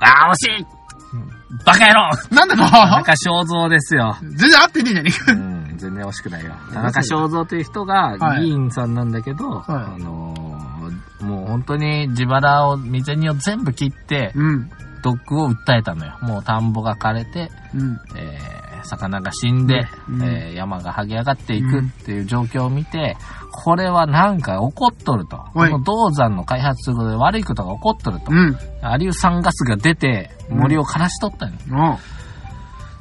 A: ああ、惜しいバカ野郎
B: なん だ
A: 田
B: か
A: 中正造ですよ。
B: 全然合ってねえじゃねえ
A: う
B: か。
A: ん、全然惜しくないよ。田中正造という人が
B: はい
A: 議員さんなんだけど、
B: はい
A: あのーもう本当に自腹を、未然にを全部切って、
B: うん。
A: 毒を訴えたのよ。もう田んぼが枯れて、
B: うん。
A: えー魚が死んで、
B: うん
A: えー山が剥げ上がっていくっていう状況を見て、これはなんか起こっとると。こ
B: い
A: の銅山の開発ということで悪いことが起こっとると
B: う。ん。
A: アリウ酸ガスが出て森を枯らしとったのよ。
B: おう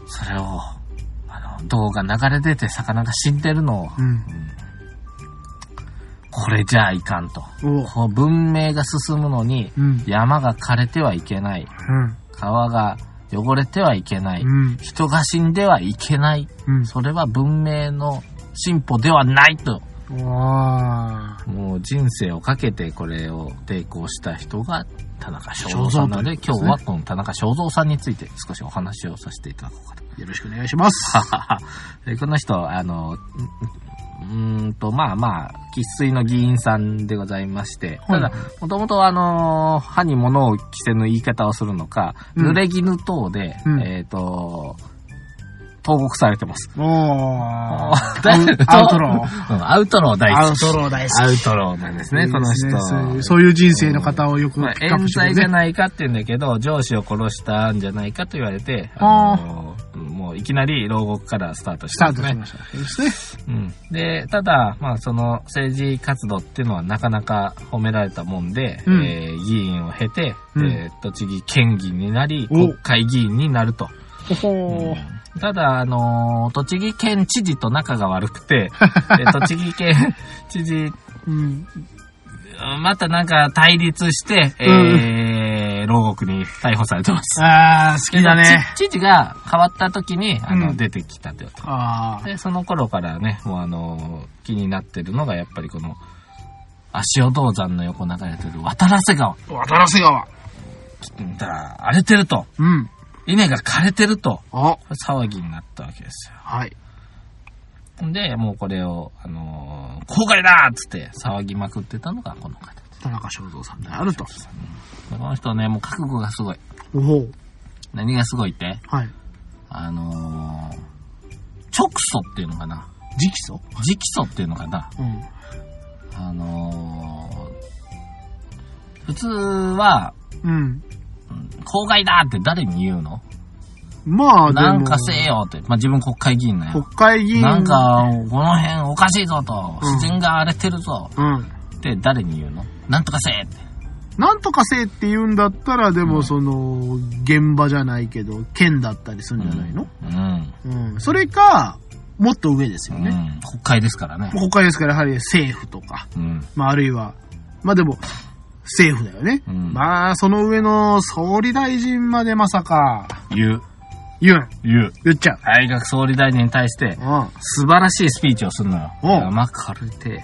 A: それを、あの、銅が流れ出て魚が死んでるのを、
B: うん。
A: これじゃあいかんと。
B: おう
A: こう文明が進むのに、
B: うん。
A: 山が枯れてはいけない。
B: うん。
A: 川が汚れてはいけない。
B: うん。
A: 人が死んではいけない。
B: うん。
A: それは文明の進歩ではないと。
B: わ
A: もう人生をかけてこれを抵抗した人が田中正
B: 正
A: 造さ
B: 造
A: んな
B: と
A: の
B: い
A: で、
B: うこと
A: 今日
B: ですね
A: はこの田中正造さんについて少しお話をさせていただこうかと。
B: ーよろしくお願いします。
A: で この人、あの、んうーんと、まあまあ、生粋の議員さんでございまして、
B: は
A: た
B: い
A: だ、もともとあの、歯に物を着せぬ言い方をするのか、
B: うん
A: 濡れ衣等で、
B: うん
A: えっ、と、投獄されてます。
B: おー。ア
A: だ
B: ウ
A: けど
B: アウトロー。
A: うんアウトロー大
B: ア
A: 好
B: ウ
A: き。
B: トロー大好き。
A: アウトローなんですね、この人。
B: そういうそういう人生の方をよくピ
A: まあ、
B: ックアッ
A: 冤
B: プして
A: 罪
B: る
A: じゃ
B: ね。
A: ないかって言うんだけど、上司を殺したんじゃないかと言われて、
B: あー
A: のもういきなり牢獄からスタートし
B: スタ
A: たんです
B: ート
A: ね
B: し。ました。そうですね。
A: うん、でただ、まあ、その政治活動っていうのはなかなか褒められたもんで、
B: うん
A: えー議員を経て、
B: うん
A: えー栃木県議になり
B: お
A: 国会議員になると、
B: ほほ
A: うんただ、あのー栃木県知事と仲が悪く てで栃木県 知事
B: ー。うん。
A: またなんか対立して、えー牢獄に逮捕されてます。
B: あー、好きだね。
A: 知知事が変わった時にあの、
B: うん
A: 出てきたという
B: あ
A: で、その頃からね、もうあの、気になってるのがやっぱりこの、足尾銅山の横流れてる渡良瀬川。
B: ー。渡良瀬川。
A: だから荒れてると。
B: うん。
A: 稲が枯れてると。
B: あ、
A: これ騒ぎになったわけです
B: はい。
A: よ。んで、もうこれを、あのー、公害だっつって騒ぎまくってたのがこの方。
B: 田中正造さんであると。
A: でこの人ね、もう覚悟がすごい。
B: おお。
A: 何がすごいって
B: はい。
A: あのー、直訴っていうのかな
B: 直訴
A: 直訴っていうのかな
B: うん。
A: あのー、普通は、
B: うん。
A: うん公害だって誰に言うの
B: まあ、でも
A: なんかせえよって。まあ、自分国会議員だよ。
B: 国会議員。
A: なんか、この辺おかしいぞと、
B: うん
A: 自然が荒れてるぞ
B: うん。
A: って誰に言うのなんとかせえって。
B: なんとかせえって言うんだったら、でもその、現場じゃないけど、県だったりするんじゃないの、
A: うん。
B: うん、それか、もっと上ですよ
A: う
B: ね。
A: ん国会ですからね。
B: 国会ですから、やはり政府とか、
A: うん。
B: まあ、あるいは、まあでも、政府だよね。
A: うん
B: まあ、その上の総理大臣までまさか、
A: 言う。
B: 言うん、
A: 言う。
B: 言っちゃう。
A: 内閣総理大臣に対して、
B: うん。
A: 素晴らしいスピーチをするのよ。
B: おう
A: 山軽て、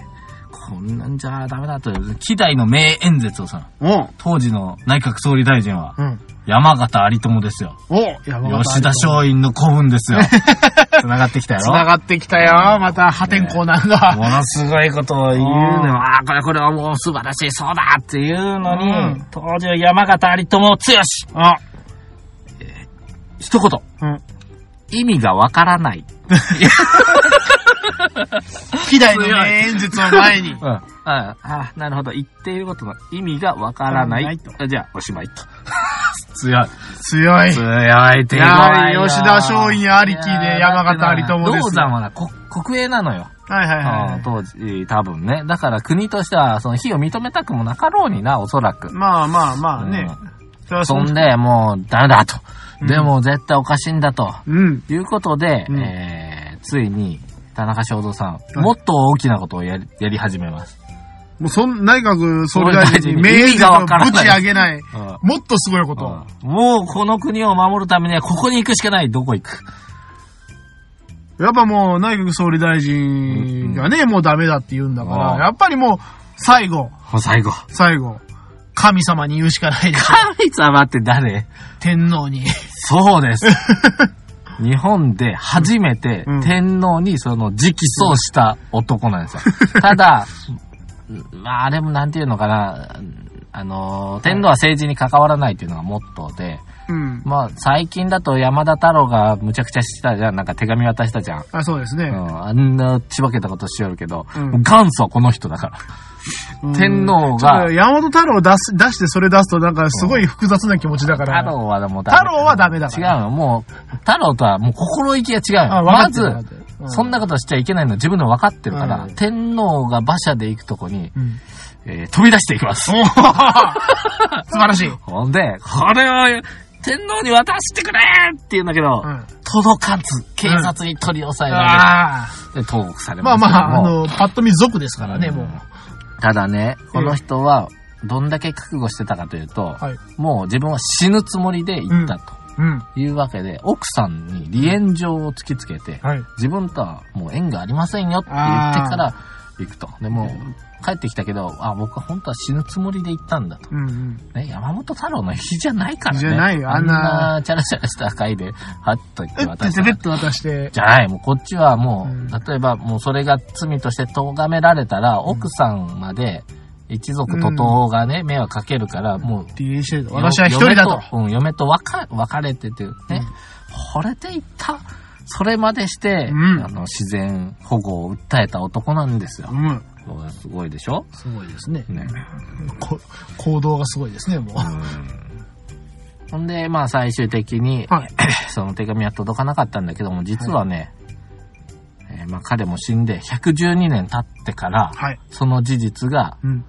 A: こんなんじゃダメだと。希代の名演説をさ、
B: おう
A: 当時の内閣総理大臣は、
B: うん。
A: 山形有朋ですよ。
B: おう山形
A: 吉田松陰の古文 ですよ。繋がってきたやろ
B: 繋がってきたよ。また破天荒なん
A: も
B: だ。
A: のすごいことを言うの
B: うん
A: よ。ああ、これこれはもう素晴らしい、そうだっていうのに、
B: うん
A: 当時の山形有朋強し
B: あ、
A: 一言、
B: うん。
A: 意味がわからない。
B: 希代の名演説を前に。
A: うん。ああ、なるほど。言っていることの意味がわからない。
B: わからない
A: じゃあ、おしまいと。 強い。
B: 強い。
A: 強い手強い
B: いや
A: よ
B: ー吉田松陰ありきで
A: いやー
B: 山形有朋ですよ
A: 銅山はな、こ国営なのよ。
B: はいはいは
A: うん
B: い。
A: 当時、多分ね。だから国としては、その非を認めたくもなかろうにな、おそらく。
B: まあまあまあね。それは
A: そ
B: うん
A: で、もう、ダメだと。
B: うん
A: でも、絶対おかしいんだと。
B: うん。
A: いうことで、
B: うん
A: えー、ついに、田中正造さん、
B: い
A: もっと大きなことをやり、やり始めます。
B: もうそん、内閣総理大臣に名
A: 意
B: 演
A: 味
B: 説
A: が
B: を
A: わからない
B: ぶち上げない。
A: うん
B: もっとすごいこと。
A: もうこの国を守るためにはここに行くしかない。どこ行く
B: やっぱもう内閣総理大臣がね、もうダメだって言うんだか
A: うん
B: ら、やっぱりもう、最後、
A: もう最 後。
B: 最後、神様に言うしか ないでしょ。
A: 神様って誰
B: 天皇に。
A: そう です。日本で初めて
B: うん
A: 天皇にその直訴した男なんですよ。 ただ、まああれもなんていうのかな、あの、天皇は政治に関わらないっていうのがモットーで、
B: うん。
A: まあ最近だと山田太郎がむちゃくちゃしてたじゃん、なんか手紙渡したじゃん。
B: あ、そうです
A: う
B: ね。
A: ん、あんなちばけたことしよるけど、
B: うん
A: 元祖はこの人だから。天皇が
B: うんちょっと山本太郎を出す、出してそれ出すとなんかすごい複雑な気持ちだから。
A: 太郎はもう
B: 太郎はダメだか
A: 違
B: ら
A: うの、もう、太郎とはもう心意気が違う
B: あ
A: よ。
B: 分か
A: ま
B: って
A: ず
B: る、分かってるうん
A: そんなことしちゃいけないの自分の分かってるから、
B: うん
A: 天皇が馬車で行くとこに、
B: うん。
A: えー飛び出していきます。
B: おお素晴らしい。
A: ほんで、これを天皇に渡してくれって言うんだけど、
B: うん
A: 届かず、警察に取り押さえら
B: ああ。
A: れ、で投獄され
B: まあ
A: ます
B: ま
A: けども。
B: あ、あの、パッと見族ですからね、
A: うん
B: もう。
A: ただね、この人は、どんだけ覚悟してたかというと、
B: はい。
A: もう自分は死ぬつもりで行ったと。
B: うん。
A: いうわけで、奥さんに離縁状を突きつけて、
B: はい。
A: 自分とはもう縁がありませんよって言ってから行くと。でも、帰ってきたけど、あ、僕は本当は死ぬつもりで行ったんだと。
B: うんうん。
A: ね、山本太郎の日じゃないからね。
B: 日じゃないよ
A: あ
B: あ
A: ん
B: んな
A: なチャラチャラした回で、はっと言って
B: えって
A: 渡した
B: ペ。ッと渡して、
A: じゃない、もうこっちはもう、
B: うん
A: 例えばもうそれが罪として咎められたら、奥さんまで一族徒党がね、迷惑かけるから、もう
B: DA してる、私は一人だと。
A: 嫁と。うん、嫁と別別れててね、惚れていった。それまでして、
B: うん
A: あの、自然保護を訴えた男なんですよ
B: う。ん。
A: これすごいでしょ
B: すごいですね。
A: ね。
B: こ行動がすごいですね、もう。
A: ほんで、まあ最終的に、
B: はい。
A: その手紙は届かなかったんだけども、実はね、えーまあ彼も死んで112年経ってから、
B: はい。
A: その事実が、
B: うん。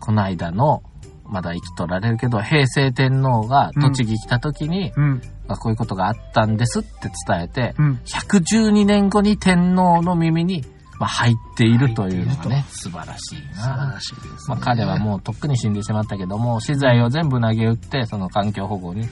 A: この間の、まだ生きとられるけど、平成天皇が栃木来た時に、
B: うん。
A: まあこういうことがあったんですって伝えて、
B: うん。
A: 112年後に天皇の耳に、まあ、入っているというのが
B: 入
A: ね、素晴らしい
B: 素晴
A: な
B: ら。しいですね。
A: まあ、彼はもうとっくに死んでしまったけども、資材を全部投げ打って、その環境保護に、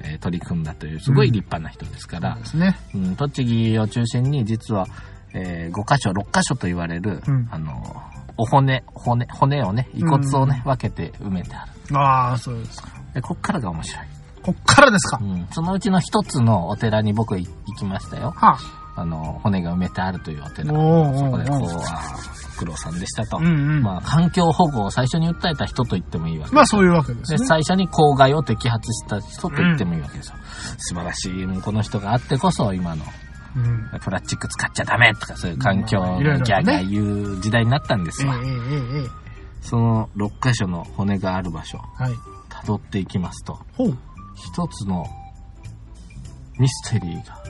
A: えー取り組んだという、すごい立派な人ですか
B: そう
A: ら
B: で、すね。
A: うん、栃木を中心に実は、え5箇所、6箇所と言われる、
B: うん
A: あの、お骨、骨、骨をね、遺骨をね、分けて埋めてある。
B: ああ、そうですか。
A: で、こっからが面白い。
B: こっからですか
A: う。ん、そのうちの一つのお寺に僕行きましたよ。
B: は
A: あの、骨が埋めてあるというお
B: あ。
A: 寺。
B: お
A: そ
B: ー
A: こ
B: お
A: で、
B: ー
A: こう
B: おー、
A: あー苦労さんでしたと。
B: うんうん。
A: まあ、環境保護を最初に訴えた人と言ってもいいわけ
B: ま
A: で
B: あ、そういうわけです
A: す。で、
B: ね。
A: 最初に公害を摘発した人と言ってもいいわけですよ。素晴らしい、もうこの人があってこそ、今の、
B: うん。
A: プラスチック使っちゃダメとか、そういう環境
B: まあ
A: の
B: い
A: ギ
B: ろ
A: ャー
B: いろね
A: ギャー言う時代になったんです
B: ええ
A: わ。
B: ええええええ。
A: その6箇所の骨がある場所、
B: はい。
A: た辿っていきますと、
B: ほう。
A: 一つのミステリーが、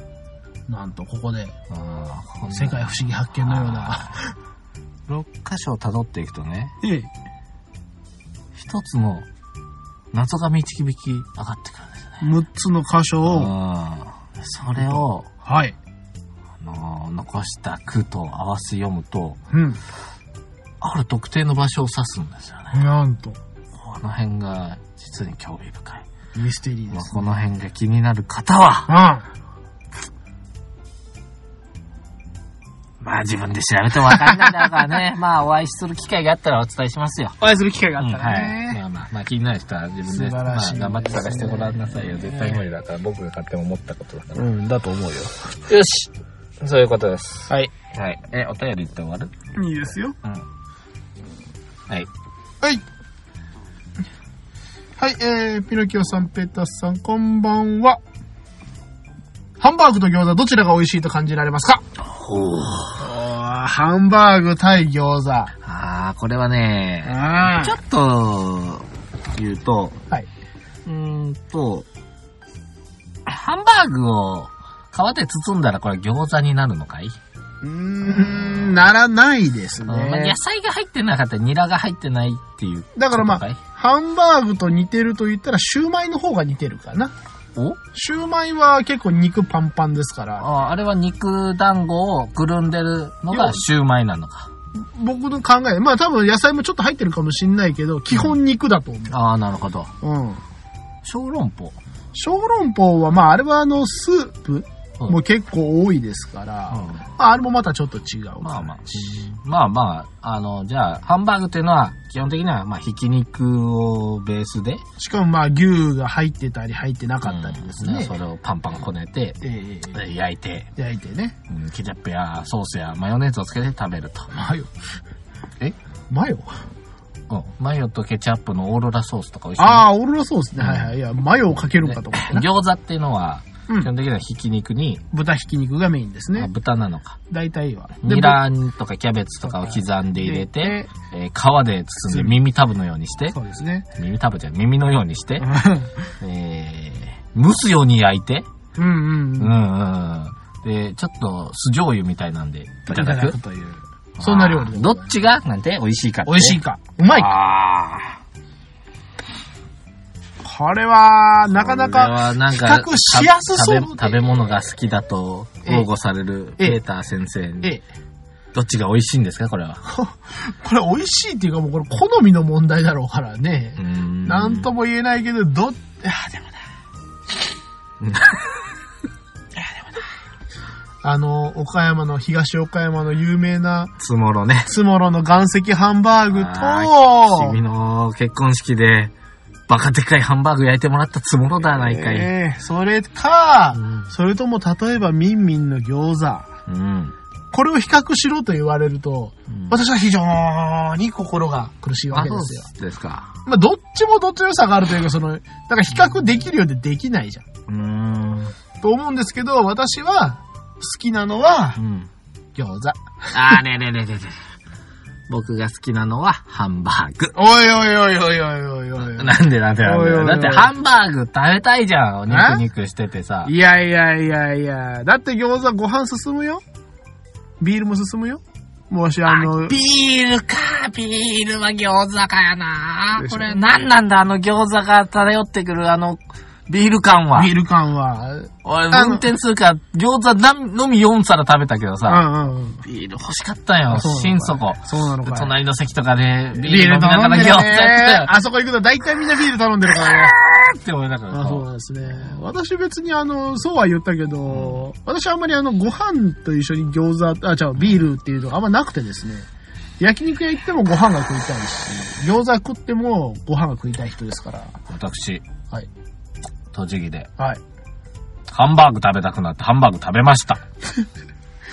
B: なんと、ここで、
A: うん
B: 世界不思議発見のような。
A: 6箇所を辿っていくとね、
B: ええ。
A: 一つの謎が導き上がってくるんですよね。
B: 6つの箇所
A: う
B: を、
A: ん。それを、
B: はい。
A: あの残した句と合わせ読むと、
B: うん。
A: ある特定の場所を指すんですよね。
B: なんと、
A: この辺が実に興味深い。
B: ミステリー
A: ま
B: で
A: あ
B: す。
A: この辺が気になる方は、
B: あ
A: まあ自分で調べてもわかんないだからね、 まあお会いする機会があったらお伝えしますよ。
B: お会いする機会があ
A: うん
B: ったら
A: はい。
B: ね。
A: まあまあ、まあ気になる人は自分で、
B: 素晴
A: ま
B: らし
A: あ
B: いですね
A: 頑張って探してごらんなさいよ。絶対無理だから、僕が勝手に思ったことだから。よ
B: ん、だと思うよ。
A: しそういうことです。
B: はい。
A: はい。え、お便りって終わる
B: いいですよ。
A: うん。はい。
B: はい。はい、えー、ピノキオさん、ペータスさん、こんばんは。ハンバーグと餃子、どちらが美味しいと感じられますか
A: ほう。
B: ハンバーグ対餃子。あ
A: あー、これはね、
B: あ
A: ちょっと、言うと、
B: はい。
A: うーんと、ハンバーグを皮で包んだらこれ餃子になるのかい、
B: うーん、ならないです
A: うんまあ野
B: ね。
A: 菜が入ってなかったらニラが入ってないっていう。
B: だからま
A: こと
B: あ
A: い、
B: ハンバーグと似てると言ったら、シューマイの方が似てるかな。
A: お
B: シューマイは結構肉パンパンですから、
A: ああれは肉団子をくるんでるのがシューマイなのか。
B: 僕の考え、まあ多分野菜もちょっと入ってるかもしんないけど、基本肉だと思
A: ああ、なるほど。
B: う。うん。
A: 小籠包。
B: 小籠包は、まあ、あれはあの、スープ
A: うん
B: も結構多いですから、
A: うん
B: まあ、あれもまたちょっと違うかな。
A: まあまあ。まあまあ、あの、じゃあ、ハンバーグっていうのは、基本的には、まあ、ひき肉をベースで、
B: しかもまあ、牛が入ってたり入ってなかったりです
A: うん
B: ね。
A: それをパンパンこねて、
B: ええ
A: え焼いて、
B: 焼いてね。
A: うんケチャップやソースやマヨネーズをつけて食べると。
B: マヨ。
A: え
B: マヨ
A: うんマヨとケチャップのオーロラソースとか美味しいね、
B: ああ、オーロラソースね。はいはい。いや、マヨをかけるんかと思ってな。
A: 餃子っていうのは、
B: うん
A: 基本的にはひき肉に、
B: 豚ひき肉がメインです
A: まあ
B: ね。
A: 豚なのか。
B: 大体は。で
A: ニラとかキャベツとかを刻んで入れて、えー皮で包んで耳たぶのようにして、
B: そうですね。
A: 耳たぶじゃない耳のように して、えー蒸すように焼いて、
B: うんう
A: う
B: んうん
A: う
B: ん。
A: ん。で、ちょっと酢醤油みたいなんでいただく。
B: という。そんな料理
A: あ
B: で
A: ー
B: ご
A: ど
B: ざいま
A: っちがなんて美味しいかっ
B: す
A: て。
B: 美味しいか。うまいか。
A: ああ。
B: これは、なかな
A: これ
B: か、
A: はなん
B: 比較しやすそうで
A: 食べ食べ物が好きだと
B: ええ
A: 豪語される
B: ええ
A: ペーター先生に、
B: ええ
A: どっちが美味しいんですかこれは。
B: これ美味しいっていうかもうこれ好みの問題だろうからね。な
A: なん
B: とも言えないけど、ど、あーでもな。 あの、岡山の、東岡山の有名な、
A: つもろね。
B: つもろの岩石ハンバーグ
A: あー君
B: と、
A: の結婚式でバカでかいハンバーグ焼いてもらったつもろだないかい。
B: ええそれか、
A: うん
B: それとも例えばミンミンの餃子。
A: うん。
B: これを比較しろと言われると、
A: うん
B: 私は非常に心が苦しいわ
A: あ、
B: け
A: そ
B: ですよ。
A: うですか。
B: まあ、どっちもどっちの良さがあるというか、その、だから比較できるようでできないじゃん。
A: うーん。
B: と思うんですけど、私は好きなのは
A: うん。
B: 餃子。
A: あーねえねえねえねえねえ。僕が好きなのはハンバーグ。
B: おいおいおいおいおいおいお
A: なんでなんでなんで
B: おいおいおい
A: だってハンバーグ食べたいじゃん。お肉肉しててさ。
B: い。いやいやいやいや、だって餃子ご飯進むよ。ビールも進むよ。もしあの、
A: ビールか、ビールは餃子かやな
B: でしょ
A: これ何なんだ、あの餃子が漂ってくるあの、ビール感は
B: ビ。ール感は、うん
A: 俺、
B: あの
A: 運転するから、餃子なんのみ4皿食べたけどさ、
B: うんうん。
A: ビール欲しかったよ、
B: そう
A: 心
B: なのか
A: 底
B: い。そうなの
A: で
B: かい。
A: 隣の席とかで、ビール飲みな
B: 頼
A: が
B: ん
A: ら
B: で
A: 餃子
B: る
A: やってたよ
B: ね。あそこ行くと大体みんなビール頼んでるからね。
A: って思いながら
B: あそう
A: さ。
B: なんですね。私別にあの、そうは言ったけど、私あんまりあの、ご飯と一緒に餃子、あ、じゃビールっていうのがあんまなくてですね。焼肉屋行ってもご飯が食いたいし、餃子食ってもご飯が食いたい人ですから。
A: 私、
B: はい。
A: 栃木で、
B: はい。
A: ハンバーグ食べたくなって、ハンバーグ食べま した。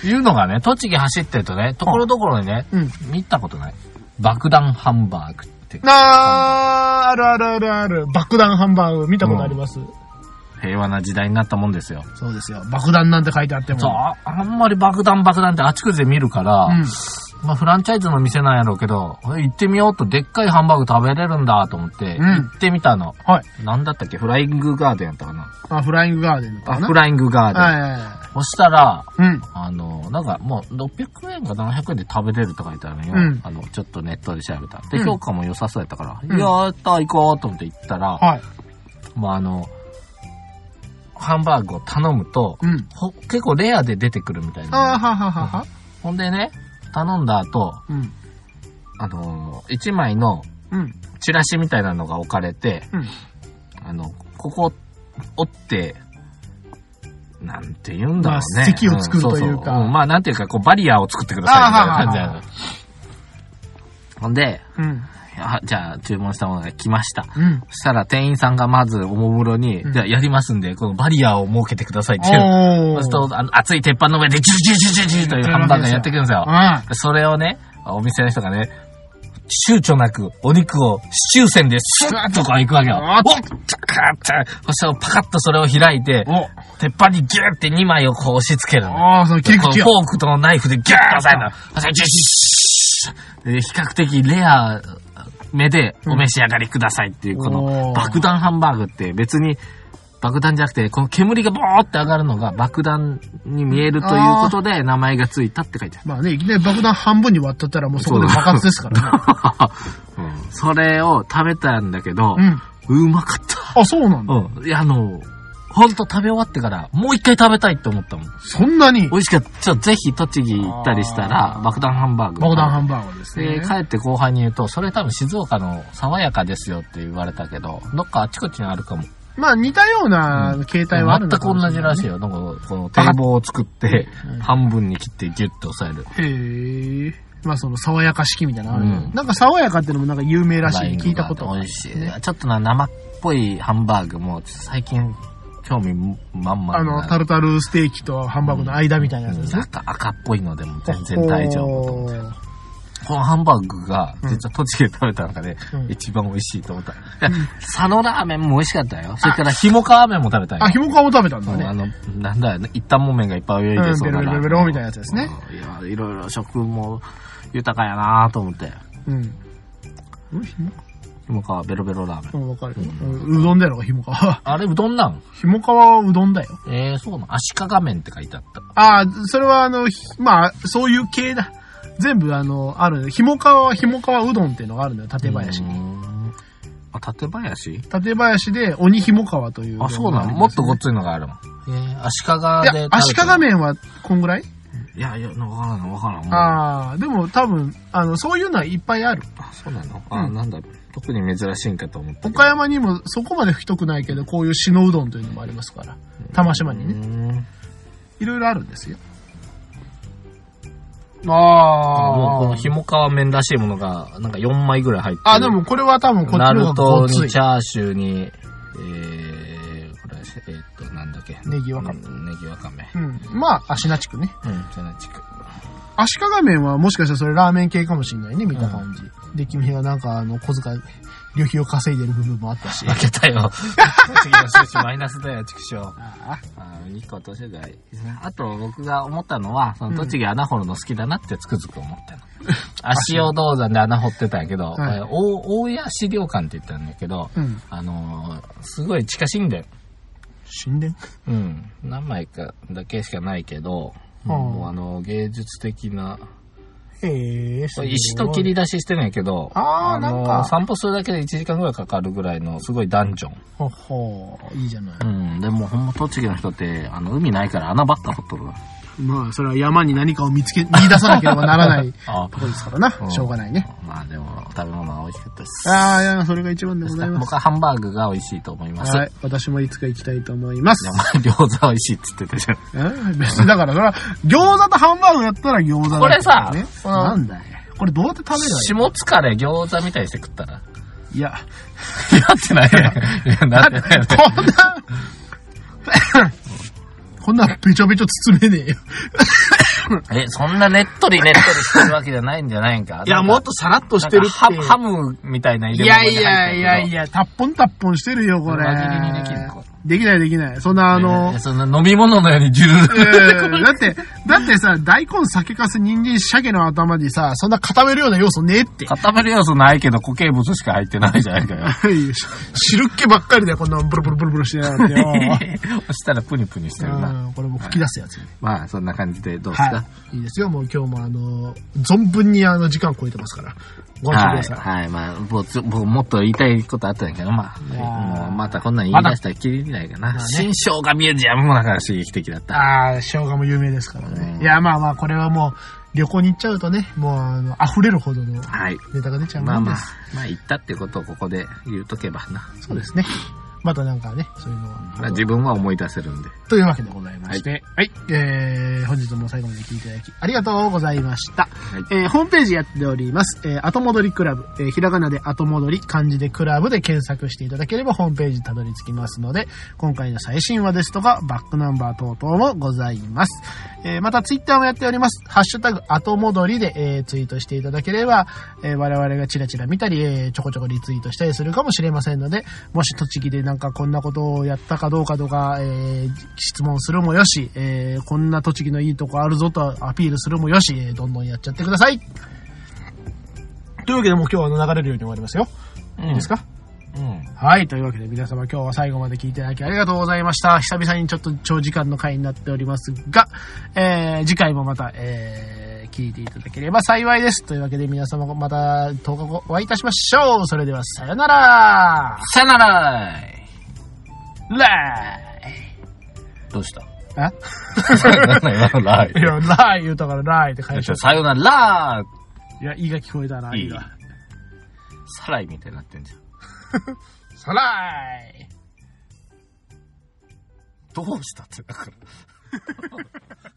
A: いうのがね、栃木走ってるとね、ところどころにね、
B: うん。
A: 見たことない。爆弾ハンバーグって、
B: なあ、あるあるあるある。爆弾ハンバーグ見たことあります、
A: 平和な時代になったもんですよ。
B: そうですよ。爆弾なんて書いてあっても。
A: そう、ああんまり爆弾爆弾ってあちこちで見るから、
B: うん。
A: まあフランチャイズの店なんやろうけど、行ってみようとでっかいハンバーグ食べれるんだと思って、
B: うん
A: 行ってみたの。
B: はい。
A: なんだったっけフライングガーデンやったかな
B: あ、フライングガーデン
A: あ、
B: かな。
A: フライングガーデン。
B: は
A: そしたら、
B: い。うん。
A: あの、なんかもう600円か700円で食べれるとか言ったのよ。
B: うん
A: あの、ちょっとネットで調べた。で、
B: うん
A: 評価も良さそうやったから、
B: うん
A: やった、行こうと思って行ったら、
B: はい。
A: まああの、ハンバーグを頼むと、
B: うん。
A: ほ結構レアで出てくるみたい
B: あー
A: な。
B: はははは。
A: ほんでね、頼んだ後、
B: うん。
A: あのー、1枚の
B: うん。
A: チラシみたいなのが置かれて、
B: うん。
A: あの、ここ折って、なんて言うんだろう
B: まあ
A: ね。
B: 席を作るとい
A: ん
B: うか
A: そそんまあなんていうか、こうバリアを作ってくださいみたいな感じ
B: あはは
A: なの。ほんで、
B: うん。
A: あじゃあ注文したものが来ました。
B: うん。
A: そしたら店員さんがまずおもむろに、
B: うん
A: じゃあやりますんで、このバリアを設けてくださいっていう。
B: お
A: そうすると、あの熱い鉄板の上でジュジュジュジュジュというハンバーガーやってくるんですよ
B: う。ん。
A: それをね、お店の人がね、躊躇なくお肉をシチュー線でスッとこう行くわけよ。
B: あ
A: おっカーッてそしたらパカッとそれを開いて、
B: お
A: 鉄板にギューって2枚をこう押し付けるの。
B: ああ、その切り
A: こう
B: 口
A: フ
B: が。
A: ォークとナイフでギューッと押さえるの。そしたらジュシュシュシュシュで比較的レア目でお召し上がりくださいっていう、こ
B: お
A: の
B: ー
A: 爆弾ハンバーグって別に爆弾じゃなくて、この煙がボーって上がるのが爆弾に見えるということで名前がついたって書いてある。
B: まあね、いきなり爆弾半分に割ったったらもうそこで爆発ですからね。
A: それを食べたんだけど
B: う、ん。
A: うまかった。
B: あ、そうなんだ。
A: うん。いや、あの、ほんと食べ終わってから、もう一回食べたいって思ったもん。
B: そんなに
A: 美味しかった。ちょ、ぜひ栃木行ったりしたら
B: あ、ー
A: 爆弾ハンバーグ。
B: 爆弾ハンバーガーです
A: で、
B: ね。
A: 帰って後輩に言うと、それ多分静岡の爽やかですよって言われたけど、どっかあちこちにあるかも。
B: まあ似たような形態はある
A: 全
B: ん
A: く
B: だ
A: 同じらしい
B: い。
A: よ。なんか、この堤防を作って、半分に切ってギュッと押さえる。
B: へえ。まあその爽やか式みたいなのあるね
A: うん
B: なんか爽やかってのもなんか有名らし
A: ライ
B: い。
A: ン
B: 聞いたこと
A: が
B: が
A: あっ
B: あ
A: て
B: る
A: 美味しいね。ちょっとな、生っぽいハンバーグも、最近、興味満々
B: あ
A: な
B: の、タルタルステーキとハンバーグの間みたいなやつです
A: な
B: ね
A: ん。か赤っぽいのでも全然大丈夫と思
B: お
A: っ
B: ー
A: て。このハンバーグが、
B: うん
A: 実は栃木で食べた中で
B: うん、
A: 一番美味しいと思った。いや佐野ラーメンも美味しかったよ。それから、ひもかーメンも食べたよ
B: あ、。ひもかを食べたん
A: う
B: だ
A: んあ
B: ね。
A: の、なんだよね、一旦もめんがいっぱい泳いでそうだ
B: うんベロベロベロベロみたいなやつですね。
A: うんいや、いろいろ食も豊かやなと思って。
B: うん。うんひもか
A: ひもかはベロベロラーメン。
B: うんわかるよ。うんうどんだよ、ひもかは。
A: あれ、うどんなん
B: ひもかはうどんだよ。
A: えー、そうなん。足利麺って書いてあった。
B: ああ、それはあの、ひまあ、そういう系だ。全部あの、ある。ひもかは、ひもかはうどんっていうのがあるのよ、館林
A: うー
B: に。
A: ん。あ、館林
B: 館林で鬼ひもかわといううど
A: あ、
B: んがります
A: そうなのもっとごっついのがあるもん。えー、足利
B: い
A: で
B: や、足利
A: 麺
B: 麺はこんぐらい
A: いや、いや、わからん、わからん。もう
B: ああ、でも多分、あの、そういうのはいっぱいある。
A: あ、そうなのあ、
B: うん
A: なんだ、特に珍しいんかと思ったけど。
B: 岡山にもそこまで太くないけど、こういう篠うどんというのもありますから。玉島にね。
A: ね。
B: いろいろあるんですよ。
A: もうこ
B: あ
A: のひもかわ麺らしいものが、なんか4枚ぐらい入ってる。
B: あ、でもこれは多分こっ
A: ナ
B: ちの
A: ル
B: 方がご
A: ト
B: っつ
A: にチ
B: い。
A: ャーシューに、えー、これ、えーっと、なんだっけ。
B: ネギわかめ
A: うんネギわかめ。
B: うん。まあ、足立区ね。
A: うん、じゃない、ちく。
B: 足利麺はもしかしたらそれラーメン系かもしれないね、見た感じ。で、君はなんかあの、小遣い、旅費を稼いでる部分もあったし。
A: 負けた よ。次の数値マイナスだよ、ちくしょう。
B: あ
A: あー日光東照街ですね。あと僕が思ったのは、その栃木穴掘るの好きだなってつくづく思ったの。足尾銅山で穴掘ってたんやけど、
B: はい
A: えー大大谷資料館って言ったんだけど、
B: うん
A: あのーすごい近しいんだよ。
B: 神殿
A: うん。何枚かだけしかないけど、
B: うん
A: もうあの芸術的な、
B: へえ、すごい
A: 石と切。り出ししてんやけど、
B: あー
A: の
B: なんか
A: 散歩するだけで1時間ぐらいかかるぐらいのすごいダンジョン。
B: ほほういいじゃない。
A: うん。でもほんま栃木の人って、あの海ないから穴ばっか掘っとるわ。
B: まあ、それは山に何かを見つけ、 見出さなければならない
A: あ
B: とこですからな。しょうがないね。
A: まあでも、食べ物は美味しかったです。
B: ああ、いや、それが一番でございます。
A: 僕はハンバーグが美味しいと思います。
B: はい。私もいつか行きたいと思います
A: で。も餃子美味しいっつってたじゃん。
B: え別に、だから、それは、餃子とハンバーグやったら餃子だ
A: これさ
B: ね
A: この
B: なんだよ。これどうやって食べるの
A: 下疲れ餃子みたいにして食ったら。
B: いや、
A: いやってないね。いや、なってないよね。
B: こんな、こんなべちょべちょ包めねえよ。
A: え、そんなねっとりねっとりしてるわけじゃないんじゃないんか。なんか
B: とさらっと
A: なんかハハムみたいな入
B: い
A: れ物
B: や
A: に入って
B: い
A: るけど
B: やいやいや、たっぽんたっぽんしてるよ、これ。
A: 輪切りにできるの
B: できないできない。そんなあの
A: えー、そんな飲み物のようにジュル
B: え
A: ル。
B: ーだって、だってさ、大根、酒かす、人参、鮭の頭にさ、そんな固めるような要素ねえって。
A: 固まる要素ないけど固形物しか入ってないじゃないかよ。
B: 汁っ気ばっかりだよ、こんなブルブルブルブルしてやがってよ。
A: そしたらプニプニしてるな。
B: うんこれもう吹き出すやつ。
A: まあ、そんな感じでどうですか、
B: はい。いいですよ、もう今日もあの、存分にあの、時間超えてますから。ご安心ください。
A: はい、まあ、僕、僕もっと言いたいことあったんやけど、まあ、
B: あー
A: もうまたこんなん言い出したらきりないかな。
B: まあね
A: 新生姜ミュージアムもだから刺激的だった。
B: ああ、生姜も有名ですからね。
A: うん
B: いや、まあまあ、これはもう、旅行に行っちゃうとね、もう、あの、溢れるほどの
A: はい。
B: ネタが出ちゃう
A: まあ
B: もん
A: ま
B: で
A: あ
B: す。、
A: まあ言ったってことをここで言うとけばな。
B: そうですね。またなんかね、そういうのは。
A: まあ自分は思い出せるんで。
B: というわけでございまして、はい、えー、本日も最後まで聞いていただき、ありがとうございました。
A: はい。
B: えー、ホームページやっております。えー、後戻りクラブ。えー、ひらがなで後戻り、漢字でクラブで検索していただければホームページにたどり着きますので、今回の最新話ですとか、バックナンバー等々もございます。えー、またツイッターもやっております。ハッシュタグ後戻りで、えー、ツイートしていただければ、えー、我々がチラチラ見たり、えー、ちょこちょこリツイートしたりするかもしれませんので、もし栃木でなんかこんなことをやったかどうかとか、えー、質問するもよし、えー、こんな栃木のいいとこあるぞとアピールするもよし、えー、どんどんやっちゃってください。というわけでもう今日は流れるように終わりますよ。いいですか、
A: うん。
B: はい。というわけで皆様今日は最後まで聞いていただきありがとうございました。久々にちょっと長時間の回になっておりますが、えー、次回もまた、えー、聞いていただければ幸いです。というわけで皆様また10日後お会いいたしましょう。それではさよなら
A: さよなら
B: ラ
A: どうした
B: イあ
A: 何のラ
B: いや、ライ言うたからライって返しちゃっ
A: さよなら
B: た。いや、いが聞こえたな、
A: いい
B: いが。
A: サライみたいになってんじゃん。
B: さらい
A: どうしたってだから。